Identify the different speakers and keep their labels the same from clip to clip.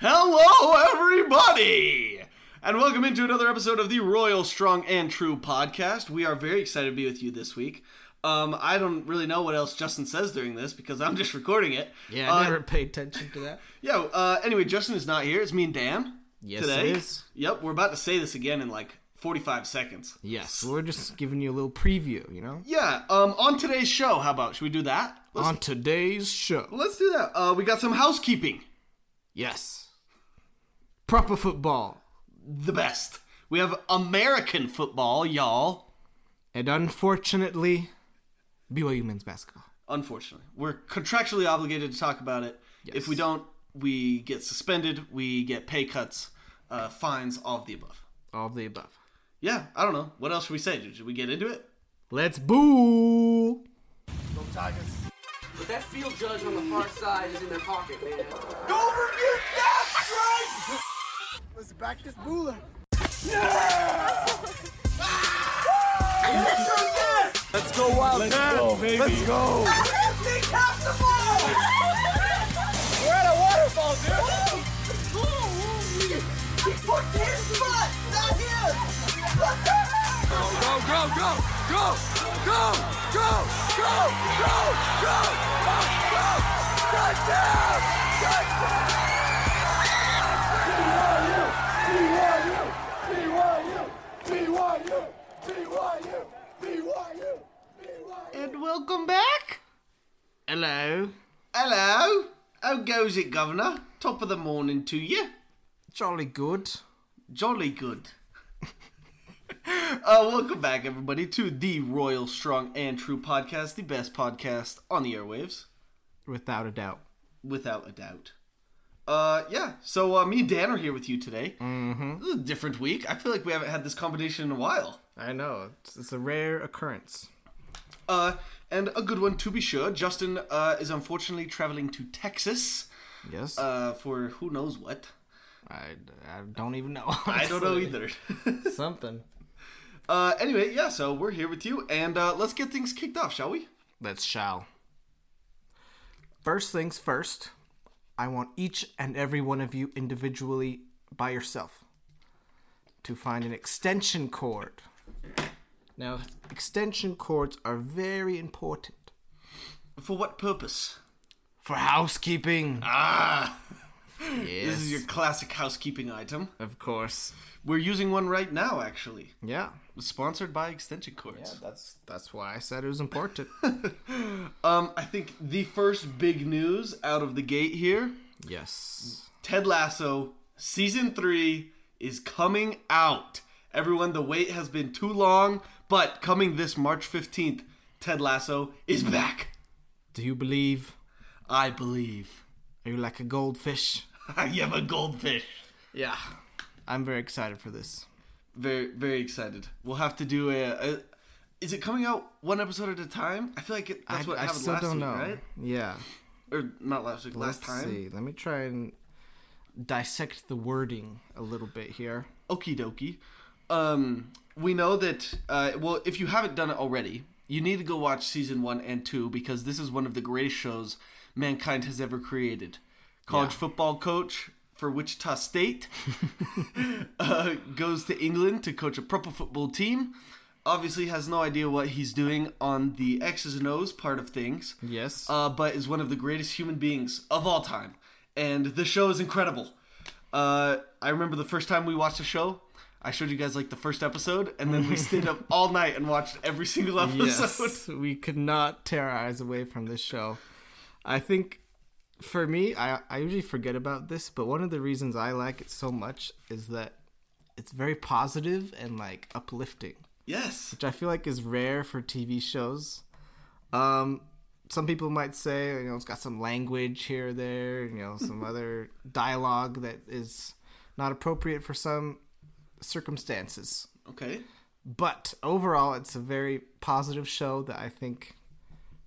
Speaker 1: Hello, everybody, and welcome into another episode of the Royal Strong and True podcast. We are very excited to be with you this week. Um, I don't really know what else Justin says during this because I'm just recording it.
Speaker 2: Yeah, I
Speaker 1: Uh,
Speaker 2: never paid attention to that.
Speaker 1: Yeah. Uh, anyway, Justin is not here. It's me and Dan.
Speaker 2: Yes,
Speaker 1: today.
Speaker 2: it is.
Speaker 1: Yep. We're about to say this again in like 45 seconds.
Speaker 2: Yes, we're just giving you a little preview, you know?
Speaker 1: Yeah. Um, on today's show, how about should we do that? Let's,
Speaker 2: On today's show.
Speaker 1: let's do that. Uh, we got some housekeeping.
Speaker 2: Yes. Proper football.
Speaker 1: The best. We have American football, y'all.
Speaker 2: And unfortunately, BYU men's basketball.
Speaker 1: Unfortunately, we're contractually obligated to talk about it. If we don't, we get suspended. We get pay cuts, uh, fines, all of the above.
Speaker 2: All of the above.
Speaker 1: Yeah, I don't know. What else should we say? Should we get into it?
Speaker 2: Let's boo!
Speaker 3: But that field judge on the far side is in their pocket, man.
Speaker 4: Let's back this Bueller.
Speaker 5: We're at a waterfall, dude! I booked his spot, not him!
Speaker 1: And welcome back.
Speaker 2: Hello.
Speaker 1: Hello. How goes it, Governor? Top of the morning to you.
Speaker 2: Jolly good.
Speaker 1: Jolly good. uh, welcome back, everybody, to the Royal Strong and True podcast, the best podcast on the airwaves.
Speaker 2: Without a doubt.
Speaker 1: without a doubt. Uh, yeah. So uh, me and Dan are here with you today. Mm-hmm. This is a different week. I feel like we haven't had this combination in a while.
Speaker 2: I know. It's, it's a rare occurrence.
Speaker 1: Uh, and a good one to be sure. Justin uh, is unfortunately traveling to Texas
Speaker 2: Yes.
Speaker 1: uh, for who knows what.
Speaker 2: I, I don't even know.
Speaker 1: I don't know
Speaker 2: honestly.
Speaker 1: either.
Speaker 2: Something.
Speaker 1: uh, anyway, yeah. So we're here with you, and uh, let's get things kicked off, shall we?
Speaker 2: Let's shall. First things first, I want each and every one of you individually by yourself to find an extension cord. Now, extension cords are very important
Speaker 1: For what purpose?
Speaker 2: for housekeeping. Ah, yes,
Speaker 1: This is your classic housekeeping item.
Speaker 2: of course.
Speaker 1: We're using one right now, actually.
Speaker 2: Yeah,
Speaker 1: Sponsored by extension cords.
Speaker 2: that's that's why I said it was important.
Speaker 1: Um, I think the first big news out of the gate here
Speaker 2: yes,
Speaker 1: Ted Lasso season three is coming out. Everyone, the wait has been too long, but coming this March 15th, Ted Lasso is back.
Speaker 2: do you believe?
Speaker 1: I believe.
Speaker 2: Are you like a goldfish?
Speaker 1: I am a goldfish.
Speaker 2: Yeah, I'm very excited for this.
Speaker 1: Very, very excited. We'll have to do a. a is it coming out one episode at a time? I feel like it, that's
Speaker 2: I,
Speaker 1: what
Speaker 2: I
Speaker 1: happened
Speaker 2: still
Speaker 1: last
Speaker 2: don't
Speaker 1: week,
Speaker 2: know.
Speaker 1: right?
Speaker 2: Yeah.
Speaker 1: Or not last week, last
Speaker 2: Let's
Speaker 1: time.
Speaker 2: see. Let me try and dissect the wording a little bit here.
Speaker 1: Okie dokie. Um, we know that, uh, well, if you haven't done it already, you need to go watch season one and two because this is one of the greatest shows mankind has ever created. College
Speaker 2: Yeah.
Speaker 1: football coach for Wichita State uh, goes to England to coach a proper football team. Obviously, has no idea what he's doing on the X's and O's part of things
Speaker 2: Yes.
Speaker 1: uh, but is one of the greatest human beings of all time. And the show is incredible. Uh, I remember the first time we watched the show, I showed you guys like the first episode, and then we stayed up all night and watched every single episode.
Speaker 2: yes. we could not tear our eyes away from this show. I think for me, I, I usually forget about this, but one of the reasons I like it so much is that it's very positive and like uplifting,
Speaker 1: Yes.
Speaker 2: which I feel like is rare for TV shows. Um, some people might say, you know, it's got some language here or there, you know, some other dialogue that is not appropriate for some circumstances.
Speaker 1: Okay.
Speaker 2: But overall, it's a very positive show that I think,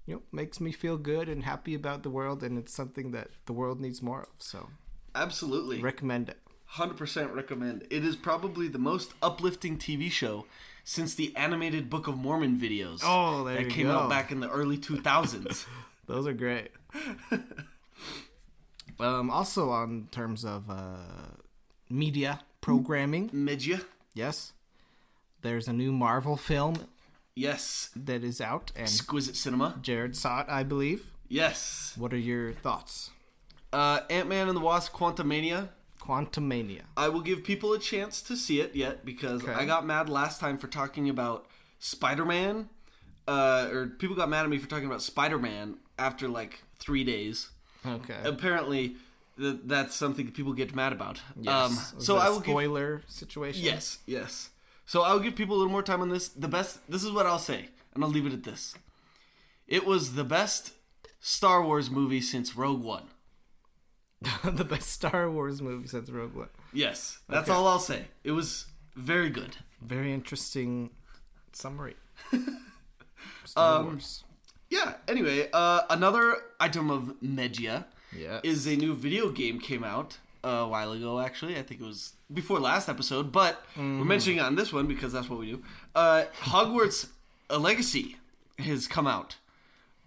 Speaker 2: you know, makes me feel good and happy about the world, and it's something that the world needs more of. So,
Speaker 1: Absolutely.
Speaker 2: recommend it.
Speaker 1: 100% recommend. It is probably the most uplifting TV show since the animated Book of Mormon videos.
Speaker 2: Oh, there
Speaker 1: that
Speaker 2: you
Speaker 1: came
Speaker 2: go.
Speaker 1: out back in the early 2000s.
Speaker 2: Those are great. Um, also, on terms of uh, media programming,
Speaker 1: Media.
Speaker 2: yes, there's a new Marvel film
Speaker 1: Yes.
Speaker 2: that is out, and
Speaker 1: Exquisite cinema.
Speaker 2: Jared saw it, I believe.
Speaker 1: Yes.
Speaker 2: What are your thoughts?
Speaker 1: Uh, Ant Man and the Wasp: Quantumania.
Speaker 2: Quantumania.
Speaker 1: I will give people a chance to see it yet because
Speaker 2: Okay.
Speaker 1: I got mad last time for talking about Spider Man, uh, or people got mad at me for talking about Spider Man after like three days.
Speaker 2: Okay.
Speaker 1: Uh, Apparently, th- that's something that people get mad about.
Speaker 2: Yes.
Speaker 1: Um,
Speaker 2: Is
Speaker 1: so
Speaker 2: that
Speaker 1: I
Speaker 2: a
Speaker 1: will give
Speaker 2: spoiler situation.
Speaker 1: Yes, yes. So I'll give people a little more time on this. The best. This is what I'll say, and I'll leave it at this. It was the best Star Wars movie since Rogue One.
Speaker 2: the best Star Wars movie since Rogue One.
Speaker 1: Yes, that's all I'll say. It was very good.
Speaker 2: Very interesting summary. Star
Speaker 1: Um,
Speaker 2: Wars.
Speaker 1: Yeah. Anyway, uh, another item of media
Speaker 2: Yeah.
Speaker 1: is a new video game came out uh, a while ago. Actually, I think it was before last episode, but we're mentioning it on this one because that's what we do. Uh, Hogwarts a Legacy has come out.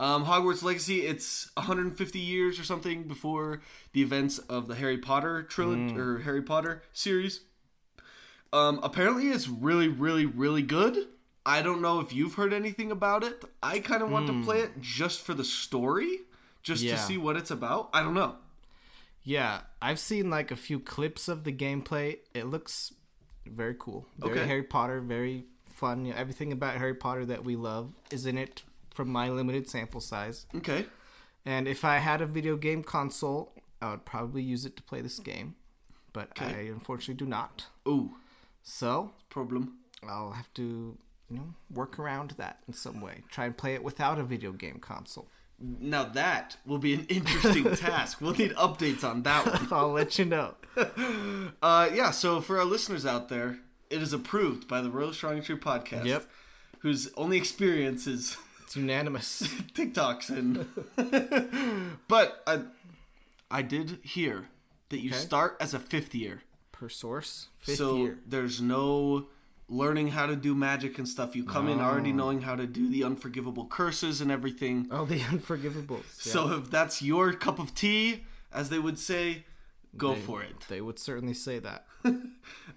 Speaker 1: Um, Hogwarts Legacy. It's 150 years or something before the events of the Harry Potter trilogy or Harry Potter series. Um, apparently, it's really, really, really good. I don't know if you've heard anything about it. I kind of want to play it just for the story, just
Speaker 2: Yeah.
Speaker 1: to see what it's about. I don't know.
Speaker 2: Yeah, I've seen like a few clips of the gameplay. It looks very cool. Very
Speaker 1: Okay.
Speaker 2: Harry Potter, very fun. You know, everything about Harry Potter that we love is in it from my limited sample size.
Speaker 1: Okay.
Speaker 2: And if I had a video game console, I would probably use it to play this game. But I unfortunately do not.
Speaker 1: Ooh,
Speaker 2: So
Speaker 1: problem.
Speaker 2: I'll have to, you know, work around that in some way. Try and play it without a video game console.
Speaker 1: Now that will be an interesting task. We'll need updates on that one.
Speaker 2: I'll let you know.
Speaker 1: Uh, yeah. So for our listeners out there, it is approved by the Royal Strong and True podcast.
Speaker 2: Yep.
Speaker 1: Whose only experience is
Speaker 2: It's unanimous.
Speaker 1: TikToks and. but I, I did hear that you
Speaker 2: Okay.
Speaker 1: start as a fifth year.
Speaker 2: Per source, fifth
Speaker 1: so
Speaker 2: year.
Speaker 1: there's no learning how to do magic and stuff. You come in already knowing how to do the unforgivable curses and everything.
Speaker 2: Oh, the Unforgivables. Yeah.
Speaker 1: So if that's your cup of tea, as they would say, go
Speaker 2: They-
Speaker 1: for it.
Speaker 2: They would certainly say that.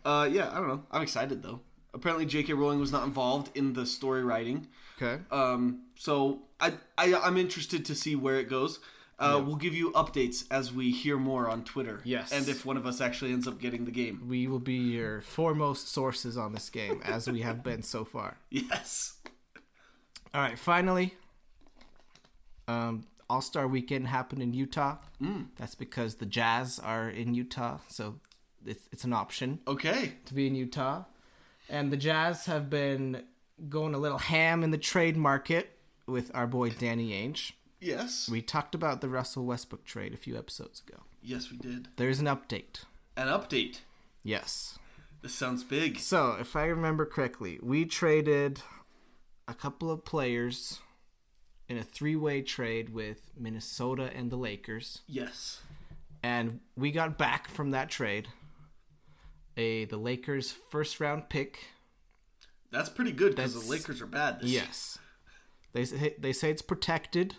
Speaker 1: Uh, yeah, I don't know. I'm excited though. Apparently, J.K. Rowling was not involved in the story writing.
Speaker 2: Okay. Uh,
Speaker 1: Um, so I, I I'm interested to see where it goes. Uh, We'll give you updates as we hear more on Twitter.
Speaker 2: Yes.
Speaker 1: and if one of us actually ends up getting the game.
Speaker 2: we will be your foremost sources on this game, as we have been so far.
Speaker 1: Yes.
Speaker 2: All right, finally, um, All Star Weekend happened in Utah. Mm. That's because the Jazz are in Utah, so it's, it's an option
Speaker 1: Okay.
Speaker 2: to be in Utah. And the Jazz have been going a little ham in the trade market with our boy Danny Ainge.
Speaker 1: Yes.
Speaker 2: We talked about the Russell Westbrook trade a few episodes ago.
Speaker 1: yes, we did
Speaker 2: There's an update.
Speaker 1: an update.
Speaker 2: Yes.
Speaker 1: This sounds big.
Speaker 2: So, if I remember correctly, we traded a couple of players in a three way trade with Minnesota and the Lakers.
Speaker 1: Yes.
Speaker 2: And we got back from that trade a the Lakers first round pick.
Speaker 1: That's pretty good because the
Speaker 2: That's-
Speaker 1: Lakers are bad. This
Speaker 2: Yes. They say, they say it's protected.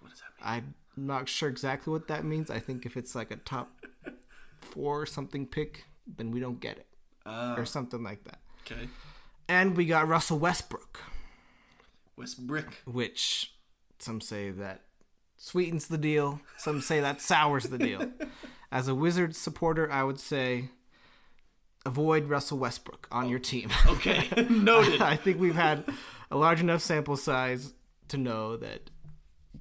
Speaker 1: What does that mean?
Speaker 2: I'm not sure exactly what that means. I think if it's like a top four or something pick, then we don't get it. or something like that.
Speaker 1: Okay.
Speaker 2: And we got Russell Westbrook.
Speaker 1: West Brick.
Speaker 2: which some say that sweetens the deal, some say that sours the deal. As a Wizards supporter, I would say avoid Russell Westbrook on your team.
Speaker 1: Okay. Noted.
Speaker 2: I think we've had a large enough sample size to know that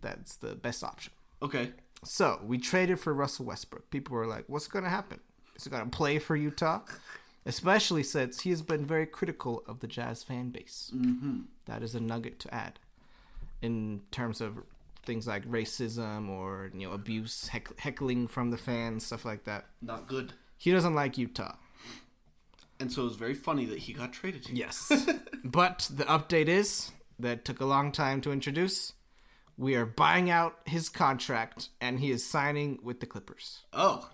Speaker 2: that's the best option.
Speaker 1: okay.
Speaker 2: So we traded for Russell Westbrook. People were like, what's going to happen? Is he going to play for Utah? Especially since he has been very critical of the Jazz fan base. Mm-hmm. is a nugget to add in terms of things like racism or you know abuse, heck- heckling from the fans, stuff like that.
Speaker 1: Not good.
Speaker 2: He doesn't like Utah.
Speaker 1: And so it was very funny that he got traded. to you.
Speaker 2: Yes. but the update is that took a long time to introduce. We are buying out his contract and he is signing with the Clippers.
Speaker 1: Oh.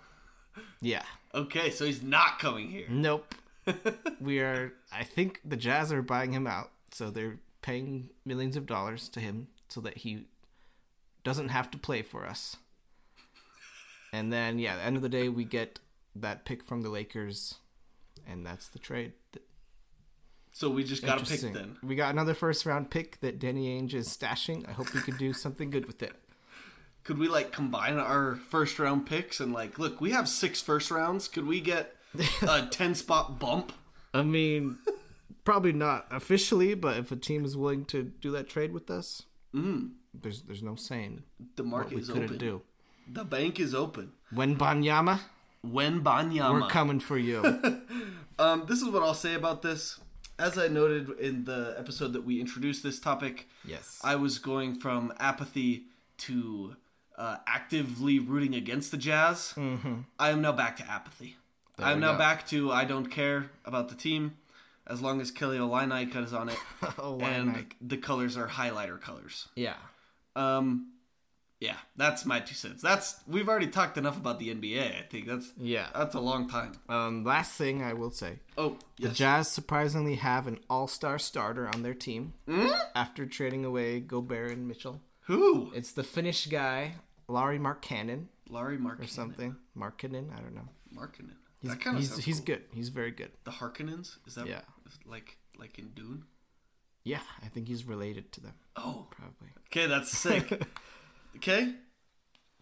Speaker 2: Yeah.
Speaker 1: Okay. So he's not coming here.
Speaker 2: Nope. we are. I think the Jazz are buying him out, so they're paying millions of dollars to him so that he doesn't have to play for us. And then yeah, the end of the day we get that pick from the Lakers, and that's the trade.
Speaker 1: So we just got to pick
Speaker 2: Interesting.
Speaker 1: then.
Speaker 2: We got another first round pick that Danny Ainge is stashing. I hope we could do something good with it.
Speaker 1: Could we like combine our first round picks and like, look, we have six first rounds. Could we get a 10 spot bump?
Speaker 2: I mean, probably not officially, but if a team is willing to do that trade with us, there's there's no saying
Speaker 1: The
Speaker 2: what
Speaker 1: market
Speaker 2: we
Speaker 1: is
Speaker 2: couldn't
Speaker 1: open.
Speaker 2: do.
Speaker 1: The bank is open.
Speaker 2: When Banyama,
Speaker 1: When Banyama.
Speaker 2: we're coming for you.
Speaker 1: Um, this is what I'll say about this. As I noted in the episode that we introduced this topic,
Speaker 2: yes.
Speaker 1: I was going from apathy to uh, actively rooting against the Jazz. Mm-hmm. I am now back to apathy. I am
Speaker 2: we
Speaker 1: now
Speaker 2: go.
Speaker 1: back to I don't care about the team as long as Kelly Olynyk is on it and
Speaker 2: Olynyk.
Speaker 1: the colors are highlighter colors.
Speaker 2: yeah.
Speaker 1: Um, yeah, that's my two cents. That's we've already talked enough about the NBA. I think that's
Speaker 2: Yeah.
Speaker 1: that's a long time.
Speaker 2: Um, last thing I will say.
Speaker 1: Oh,
Speaker 2: The
Speaker 1: yes.
Speaker 2: Jazz surprisingly have an all-star starter on their team
Speaker 1: Hmm?
Speaker 2: after trading away Gobert and Mitchell.
Speaker 1: who?
Speaker 2: It's the Finnish guy, Larry Markkanen
Speaker 1: Larry Markkinen.
Speaker 2: or something. Markkanen, I don't know.
Speaker 1: Markkinen.
Speaker 2: He's,
Speaker 1: that kind of
Speaker 2: he's,
Speaker 1: sounds
Speaker 2: he's
Speaker 1: cool.
Speaker 2: good. He's very good.
Speaker 1: The Harkonnens? Is that
Speaker 2: Yeah.
Speaker 1: like like in Dune?
Speaker 2: Yeah, I think he's related to them,
Speaker 1: Oh,
Speaker 2: probably.
Speaker 1: okay, that's sick. okay,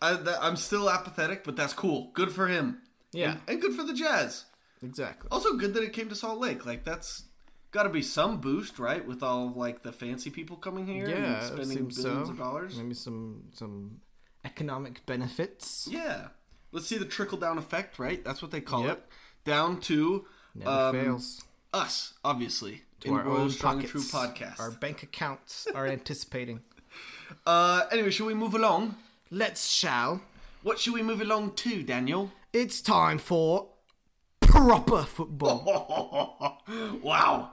Speaker 1: I, that, I'm still apathetic, but that's cool. Good for him.
Speaker 2: Yeah.
Speaker 1: and, and good for the Jazz.
Speaker 2: Exactly.
Speaker 1: Also, good that it came to Salt Lake. Like that's got to be some boost, right? With all like the fancy people coming here
Speaker 2: yeah,
Speaker 1: and
Speaker 2: it
Speaker 1: spending
Speaker 2: seems
Speaker 1: billions
Speaker 2: so.
Speaker 1: of dollars.
Speaker 2: Maybe some some economic benefits.
Speaker 1: Yeah, let's see the trickle down effect, right? That's what they call
Speaker 2: Yep.
Speaker 1: it. Down to
Speaker 2: Never
Speaker 1: um,
Speaker 2: fails.
Speaker 1: us, obviously.
Speaker 2: To
Speaker 1: in
Speaker 2: our
Speaker 1: Royal
Speaker 2: own
Speaker 1: Strong
Speaker 2: pockets.
Speaker 1: and True podcast.
Speaker 2: Our bank accounts are anticipating.
Speaker 1: Uh, anyway, shall we move along?
Speaker 2: Let's shall.
Speaker 1: What should we move along to, Daniel?
Speaker 2: It's time for proper football.
Speaker 1: wow,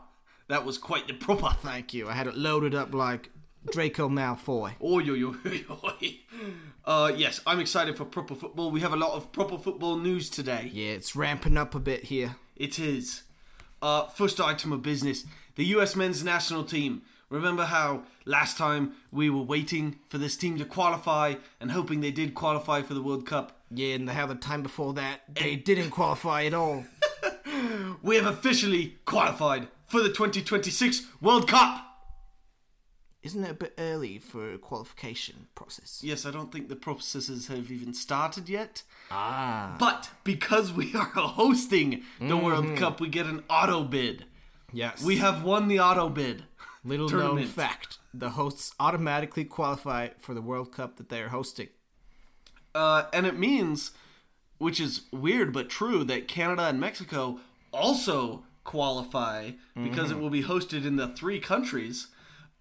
Speaker 1: that was quite the proper thing.
Speaker 2: Thank you. I had it loaded up like Draco Malfoy.
Speaker 1: Oh, yo, yo, Uh, yes, I'm excited for proper football. We have a lot of proper football news today.
Speaker 2: Yeah, it's ramping up a bit here.
Speaker 1: It is. Uh, first item of business the US men's national team. Remember how last time we were waiting for this team to qualify and hoping they did qualify for the World Cup?
Speaker 2: Yeah, and how the time before that they didn't qualify at all.
Speaker 1: We have officially qualified for the 2026 World Cup!
Speaker 2: Isn't it a bit early for a qualification process?
Speaker 1: Yes, I don't think the processes have even started yet.
Speaker 2: Ah.
Speaker 1: But because we are hosting the World Cup, we get an auto bid.
Speaker 2: Yes.
Speaker 1: We have won the auto bid.
Speaker 2: Little known
Speaker 1: tournament.
Speaker 2: fact: the hosts automatically qualify for the World Cup that they are hosting.
Speaker 1: Uh, and it means, which is weird but true, that Canada and Mexico also qualify because it will be hosted in the three countries.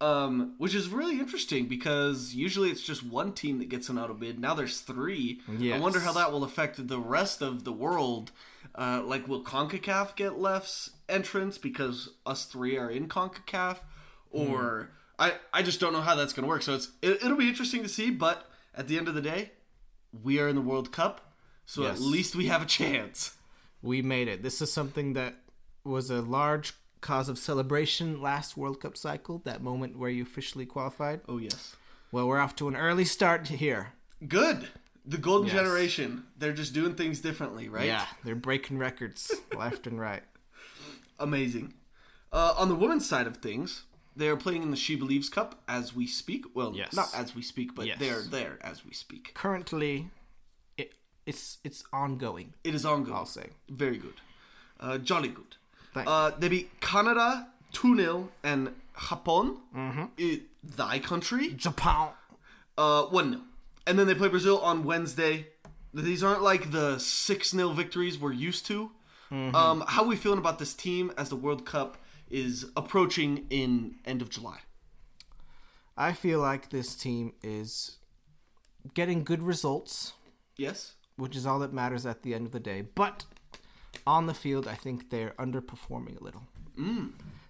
Speaker 1: Um, which is really interesting because usually it's just one team that gets an auto bid. Now there's three. I wonder how
Speaker 2: Yes.
Speaker 1: that will affect the rest of the world. Uh, like, will CONCACAF get left's entrance because us three are in CONCACAF? Or I, I just don't know how that's going to work. So it's it, it'll be interesting to see. But at the end of the day, we are in the World Cup, so
Speaker 2: Yes.
Speaker 1: at least we have a chance.
Speaker 2: We made it. This is something that was a large cause of celebration last World Cup cycle. That moment where you officially qualified.
Speaker 1: Oh yes,
Speaker 2: Well, we're off to an early start here.
Speaker 1: good. The golden
Speaker 2: Yes.
Speaker 1: generation—they're just doing things differently, right?
Speaker 2: Yeah, they're breaking records left and right.
Speaker 1: amazing. Uh, on the women's side of things, they are playing in the She Believes Cup as we speak. Well,
Speaker 2: Yes.
Speaker 1: not as we speak, but
Speaker 2: Yes.
Speaker 1: they're there as we speak.
Speaker 2: Currently, it, it's it's ongoing.
Speaker 1: It is ongoing.
Speaker 2: I'll say.
Speaker 1: very good, uh, jolly good.
Speaker 2: Thank
Speaker 1: Uh, they beat Canada two 0 and Japan,
Speaker 2: Mm-hmm.
Speaker 1: i- thy country.
Speaker 2: Japan.
Speaker 1: Uh, one 0 and then they play Brazil on Wednesday. These aren't like the six 0 victories we're used to.
Speaker 2: Mm-hmm.
Speaker 1: Um, how are we feeling about this team as the World Cup is approaching in end of July?
Speaker 2: I feel like this team is getting good results.
Speaker 1: Yes,
Speaker 2: which is all that matters at the end of the day. But on the field, I think they're underperforming a little.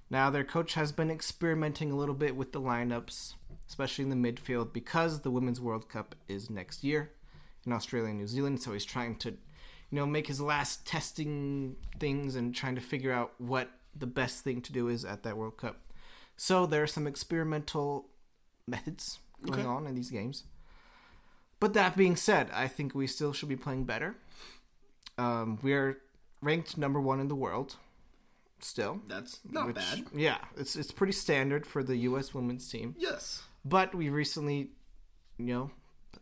Speaker 2: Now, their coach has been experimenting a little bit with the lineups, especially in the midfield, because the Women's World Cup is next year in Australia and New Zealand. So he's trying to, you know, make his last testing things and trying to figure out what the best thing to do is at that World Cup. So there are some experimental methods going on in these games. But that being said, I think we still should be playing better. Um, we are ranked number one in the world still.
Speaker 1: That's not
Speaker 2: which-
Speaker 1: bad.
Speaker 2: Yeah, it's it's pretty standard for the U.S. women's team.
Speaker 1: Yes.
Speaker 2: But we recently, you know,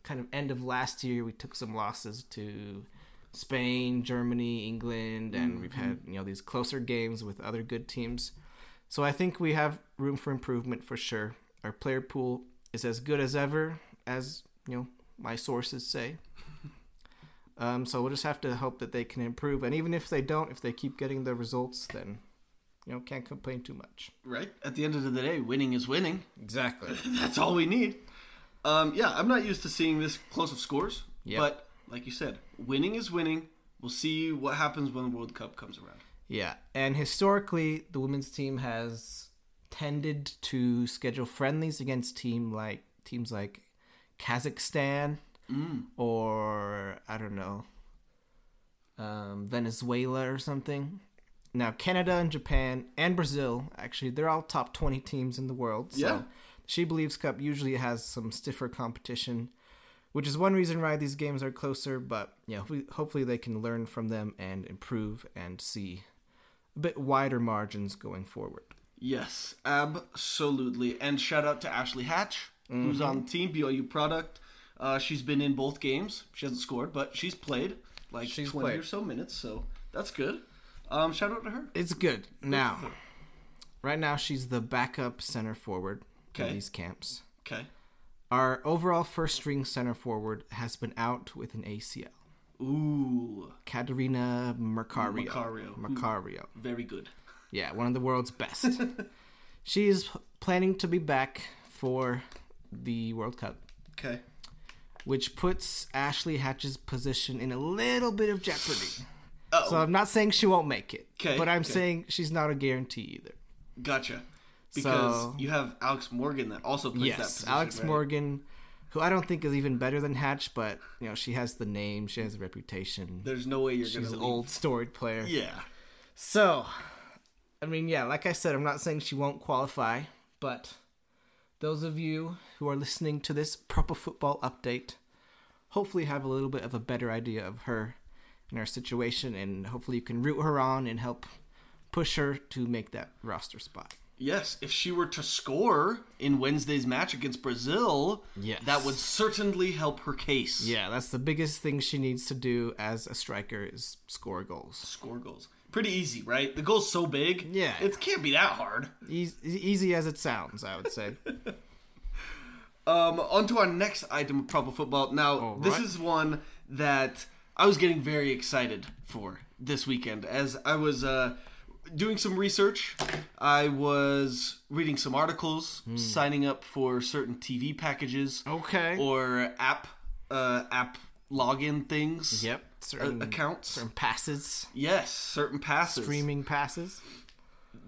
Speaker 2: kind of end of last year, we took some losses to Spain, Germany, England, and we've had you know these closer games with other good teams. So I think we have room for improvement for sure. Our player pool is as good as ever, as you know my sources say. Um, so we'll just have to hope that they can improve, and even if they don't, if they keep getting the results, then you know can't complain too much.
Speaker 1: Right? At the end of the day, winning is winning.
Speaker 2: Exactly.
Speaker 1: That's all we need. Um, yeah, I'm not used to seeing this close of scores.
Speaker 2: Yep.
Speaker 1: But like you said, winning is winning. We'll see what happens when the World Cup comes around.
Speaker 2: Yeah, and historically, the women's team has tended to schedule friendlies against team like teams like Kazakhstan or I don't know um, Venezuela or something. Now Canada and Japan and Brazil actually they're all top twenty teams in the world. So
Speaker 1: Yeah.
Speaker 2: she believes Cup usually has some stiffer competition, which is one reason why these games are closer. But yeah, hopefully, hopefully they can learn from them and improve and see a bit wider margins going forward.
Speaker 1: Yes, absolutely. And shout out to Ashley Hatch, who's
Speaker 2: Mm-hmm.
Speaker 1: on the team, BYU product. Uh, she's been in both games. She hasn't scored, but she's played like
Speaker 2: She's
Speaker 1: 20
Speaker 2: played.
Speaker 1: or so minutes, so that's good. Um, shout out to her.
Speaker 2: It's good. Now, right now she's the backup center forward
Speaker 1: Okay.
Speaker 2: in these camps.
Speaker 1: Okay.
Speaker 2: Our overall first string center forward has been out with an ACL.
Speaker 1: Ooh,
Speaker 2: Katerina Mercario.
Speaker 1: Macario.
Speaker 2: Mercario.
Speaker 1: very good.
Speaker 2: Yeah, one of the world's best. she is planning to be back for the World Cup,
Speaker 1: Okay.
Speaker 2: which puts Ashley Hatch's position in a little bit of jeopardy.
Speaker 1: Oh,
Speaker 2: So I'm not saying she won't make it,
Speaker 1: 'Kay,
Speaker 2: but I'm
Speaker 1: 'kay.
Speaker 2: saying she's not a guarantee either.
Speaker 1: gotcha. Because
Speaker 2: So-
Speaker 1: you have Alex Morgan that also plays that
Speaker 2: Yes,
Speaker 1: position.
Speaker 2: Alex
Speaker 1: right?
Speaker 2: Morgan, who I don't think is even better than Hatch, but you know she has the name, she has a reputation.
Speaker 1: There's no way you're
Speaker 2: She's
Speaker 1: gonna
Speaker 2: an
Speaker 1: leave.
Speaker 2: old storied player.
Speaker 1: Yeah.
Speaker 2: So, I mean, yeah, like I said, I'm not saying she won't qualify, but those of you who are listening to this proper football update hopefully have a little bit of a better idea of her and her situation, and hopefully you can root her on and help push her to make that roster spot.
Speaker 1: Yes, if she were to score in Wednesday's match against Brazil,
Speaker 2: Yes.
Speaker 1: that would certainly help her case.
Speaker 2: Yeah, that's the biggest thing she needs to do as a striker is score goals.
Speaker 1: score goals. Pretty easy, right? The goal's so big.
Speaker 2: Yeah.
Speaker 1: It can't be that hard.
Speaker 2: Easy, easy as it sounds, I would say.
Speaker 1: Um, on to our next item of proper football. Now, this
Speaker 2: right.
Speaker 1: is one that I was getting very excited for this weekend as I was uh, doing some research. I was reading some articles, signing up for certain TV packages.
Speaker 2: Hmm. Okay.
Speaker 1: Or app, uh, app login things.
Speaker 2: yep.
Speaker 1: uh,
Speaker 2: Certain
Speaker 1: accounts.
Speaker 2: certain passes,
Speaker 1: Yes, certain passes.
Speaker 2: streaming passes.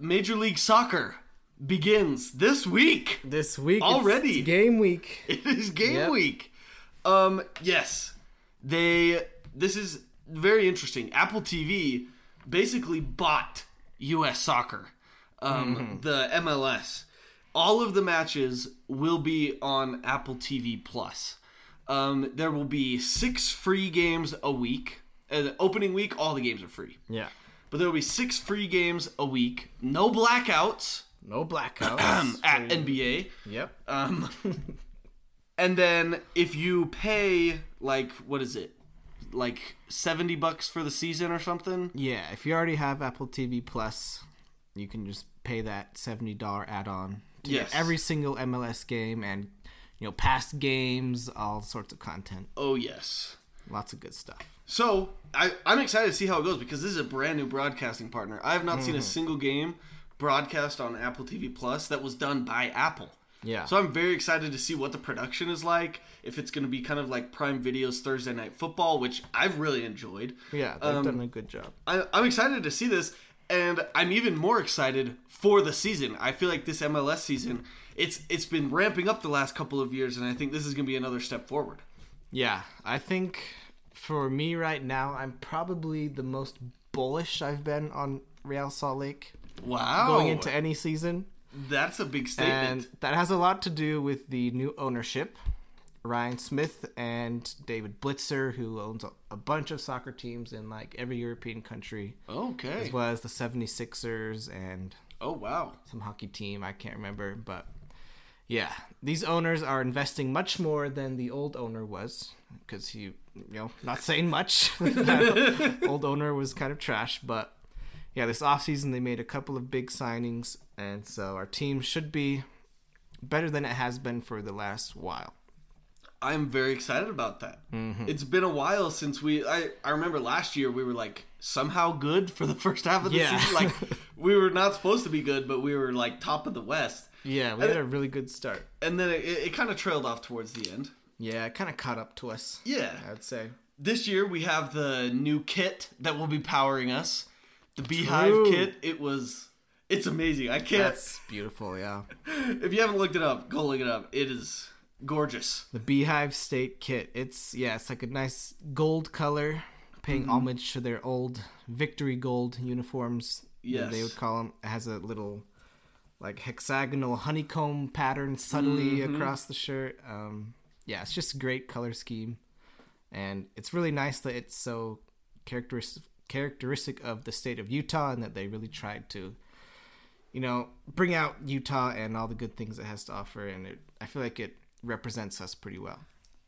Speaker 1: Major League Soccer begins this week.
Speaker 2: This week it's-
Speaker 1: Already?
Speaker 2: it's game week.
Speaker 1: It is game
Speaker 2: Yep.
Speaker 1: week. Um, yes, they. This is very interesting. Apple TV basically bought U.S. Soccer, um, the MLS. All of the matches will be on Apple TV Plus. Um, there will be six free games a week. Uh, the opening week, all the games are free,
Speaker 2: Yeah.
Speaker 1: but there will be six free games a week. No blackouts
Speaker 2: No blackouts.
Speaker 1: at NBA.
Speaker 2: yep.
Speaker 1: Um, and then if you pay like what is it, like seventy bucks for the season or something?
Speaker 2: yeah, if you already have Apple TV Plus, you can just pay that seventy dollar add on to get
Speaker 1: Yes.
Speaker 2: every single MLS game and you know past games, all sorts of content,
Speaker 1: Oh yes.
Speaker 2: lots of good stuff.
Speaker 1: So I, I'm excited to see how it goes because this is a brand new broadcasting partner. I have not
Speaker 2: Mm-hmm.
Speaker 1: seen a single game broadcast on Apple TV Plus that was done by Apple.
Speaker 2: Yeah.
Speaker 1: So I'm very excited to see what the production is like. If it's going to be kind of like Prime Video's Thursday Night Football, which I've really enjoyed.
Speaker 2: yeah,
Speaker 1: Um,
Speaker 2: they've done a good job.
Speaker 1: I, I'm excited to see this, and I'm even more excited for the season. I feel like this MLS season, it's it's been ramping up the last couple of years, and I think this is going to be another step forward.
Speaker 2: Yeah, I think for me right now, I'm probably the most bullish I've been on Real Salt Lake
Speaker 1: Wow,
Speaker 2: going into any season.
Speaker 1: that's a big statement.
Speaker 2: And that has a lot to do with the new ownership, Ryan Smith and David Blitzer, who owns a, a bunch of soccer teams in like every European country,
Speaker 1: Okay.
Speaker 2: as well as the 76ers and
Speaker 1: Oh wow.
Speaker 2: some hockey team. I can't remember, but yeah, these owners are investing much more than the old owner was because he, you know, not saying much. old owner was kind of trash, but yeah, this offseason they made a couple of big signings, and so our team should be better than it has been for the last while.
Speaker 1: I'm very excited about that.
Speaker 2: Mm-hmm.
Speaker 1: It's been a while since we. I, I remember last year we were like somehow good for the first half of the
Speaker 2: Yeah.
Speaker 1: season. Like we were not supposed to be good, but we were like top of the West.
Speaker 2: Yeah, we had a really good start.
Speaker 1: And then it, it kind of trailed off towards the end.
Speaker 2: Yeah, it kind of caught up to us.
Speaker 1: Yeah.
Speaker 2: I'd say.
Speaker 1: This year we have the new kit that will be powering us. The Beehive
Speaker 2: True.
Speaker 1: kit. It was. It's amazing. I can't.
Speaker 2: That's beautiful, yeah.
Speaker 1: If you haven't looked it up, go look it up. It is gorgeous.
Speaker 2: The Beehive State kit. It's yeah, it's like a nice gold color, paying homage to their old victory gold uniforms. that
Speaker 1: Yes.
Speaker 2: they would call them. It has a little like hexagonal honeycomb pattern subtly across the shirt. Um, yeah, it's just a great color scheme, and it's really nice that it's so characteristic characteristic of the state of Utah, and that they really tried to you know, bring out Utah and all the good things it has to offer, and it, I feel like it represents us pretty well.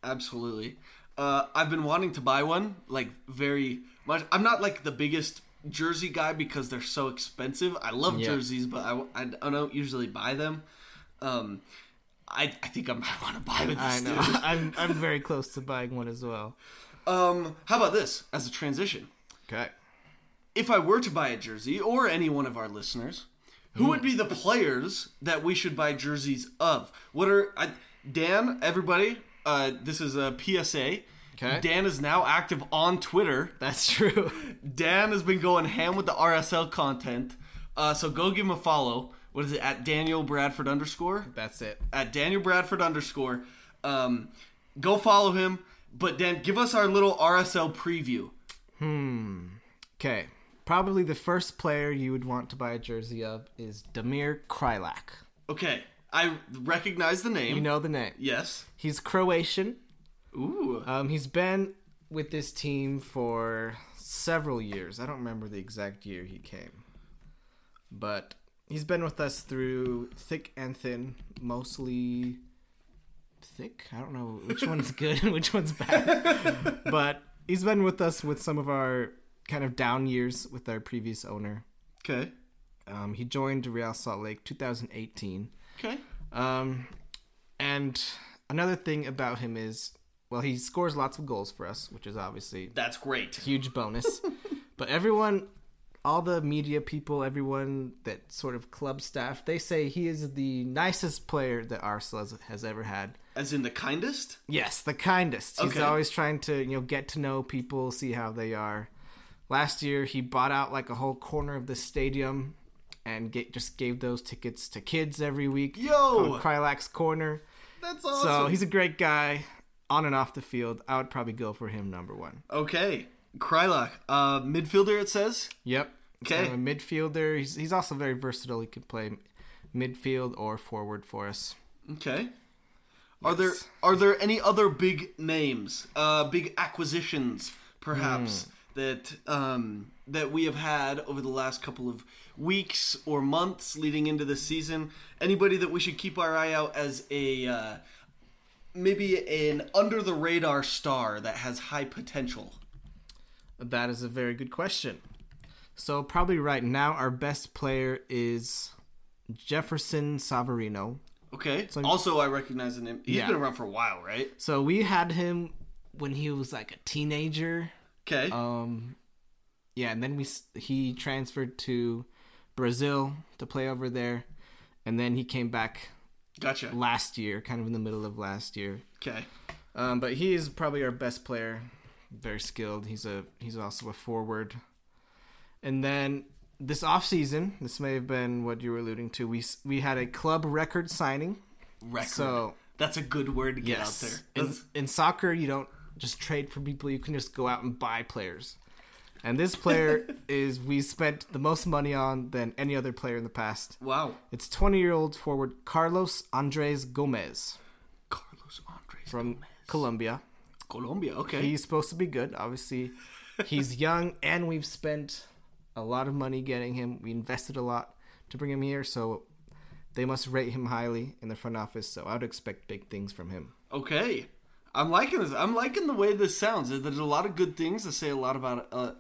Speaker 1: Absolutely. Uh, I've been wanting to buy one, like very much. I'm not like the biggest jersey guy because they're so expensive. I love
Speaker 2: Yeah.
Speaker 1: jerseys, but I, I, I don't usually buy them. Um, I, I think I might want to buy this.
Speaker 2: I know.
Speaker 1: dude.
Speaker 2: I'm I'm very close to buying one as well.
Speaker 1: Um, how about this as a transition?
Speaker 2: Okay.
Speaker 1: If I were to buy a jersey, or any one of our listeners, who would be the players that we should buy jerseys of? What are I, Dan? Everybody, uh, this is a PSA.
Speaker 2: 'Kay.
Speaker 1: Dan is now active on Twitter.
Speaker 2: That's true.
Speaker 1: Dan has been going ham with the RSL content. Uh, so go give him a follow. What is it? At Daniel Bradford underscore?
Speaker 2: That's it.
Speaker 1: At Daniel Bradford underscore. Um, go follow him. But Dan, give us our little RSL preview.
Speaker 2: Okay. Probably the first player you would want to buy a jersey of is Damir Krylak.
Speaker 1: Okay. I recognize the name.
Speaker 2: You know the name.
Speaker 1: Yes.
Speaker 2: He's Croatian.
Speaker 1: Ooh.
Speaker 2: Um, he's been with this team for several years. I don't remember the exact year he came, but he's been with us through thick and thin, mostly thick. I don't know which one's good and which one's bad, but he's been with us with some of our kind of down years with our previous owner.
Speaker 1: Okay.
Speaker 2: Um, he joined Real Salt Lake 2018.
Speaker 1: Okay.
Speaker 2: Um, and another thing about him is, well, he scores lots of goals for us, which is obviously
Speaker 1: That's great.
Speaker 2: a huge bonus. but everyone, all the media people, everyone that sort of club staff, they say he is the nicest player that Arsenal has, has ever had.
Speaker 1: As in the kindest?
Speaker 2: Yes, the kindest. He's
Speaker 1: Okay.
Speaker 2: always trying to, you know, get to know people, see how they are. Last year, he bought out like a whole corner of the stadium and get, just gave those tickets to kids every week.
Speaker 1: Yo!
Speaker 2: called Krylak's Corner.
Speaker 1: That's
Speaker 2: So he's a great guy on and off the field. I would probably go for him number one.
Speaker 1: okay. Krylak. Uh, midfielder, it says.
Speaker 2: Yep. He's
Speaker 1: Okay.
Speaker 2: kind of a midfielder. He's, he's also very versatile. He can play midfield or forward for us.
Speaker 1: Okay. Are there are there any other big names, uh, big acquisitions, perhaps
Speaker 2: Hmm.
Speaker 1: that um, that we have had over the last couple of weeks or months leading into this season? Anybody that we should keep our eye out as a uh, maybe an under the radar star that has high potential?
Speaker 2: That is a very good question. So probably right now our best player is Jefferson Savarino.
Speaker 1: Okay. also, I recognize the name. He's
Speaker 2: Yeah.
Speaker 1: been around for a while, right?
Speaker 2: So we had him when he was like a teenager.
Speaker 1: Okay.
Speaker 2: Um, yeah, and then we s- he transferred to Brazil to play over there, and then he came back
Speaker 1: gotcha.
Speaker 2: last year, kind of in the middle of last year.
Speaker 1: Okay.
Speaker 2: Um, but he is probably our best player. Very skilled. He's a he's also a forward. And then this offseason, this may have been what you were alluding to. We s- we had a club record signing.
Speaker 1: Record.
Speaker 2: So
Speaker 1: That's a good word to get out
Speaker 2: yes,
Speaker 1: there.
Speaker 2: in, in soccer you don't just trade for people. You can just go out and buy players. And this player is we spent the most money on than any other player in the past.
Speaker 1: wow.
Speaker 2: It's 20 year old forward Carlos Andres Gomez.
Speaker 1: Carlos Andres
Speaker 2: from Colombia.
Speaker 1: Colombia. Okay.
Speaker 2: He's supposed to be good. Obviously, he's young, and we've spent a lot of money getting him. We invested a lot to bring him here, so they must rate him highly in the front office. So I would expect big things from him.
Speaker 1: Okay. I'm liking this. I'm liking the way this sounds. There's a lot of good things to say a lot about uh,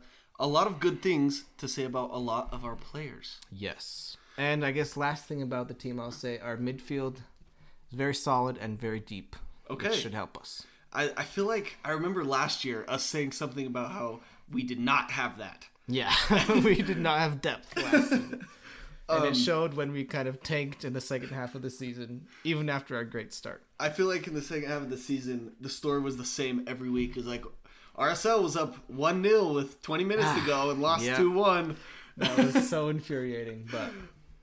Speaker 1: a lot of good things to say about a lot of our players.
Speaker 2: Yes. And I guess last thing about the team, I'll say our midfield is very solid and very deep. which
Speaker 1: Okay.
Speaker 2: should help us.
Speaker 1: I, I feel like I remember last year us saying something about how we did not have that.
Speaker 2: Yeah, we did not have depth last season. And
Speaker 1: Um,
Speaker 2: it showed when we kind of tanked in the second half of the season, even after our great start.
Speaker 1: I feel like in the second half of the season, the story was the same every week. It's like RSL was up 1 0 with 20 minutes to go and lost 2
Speaker 2: Ah, Yeah.
Speaker 1: 1.
Speaker 2: That was so infuriating. But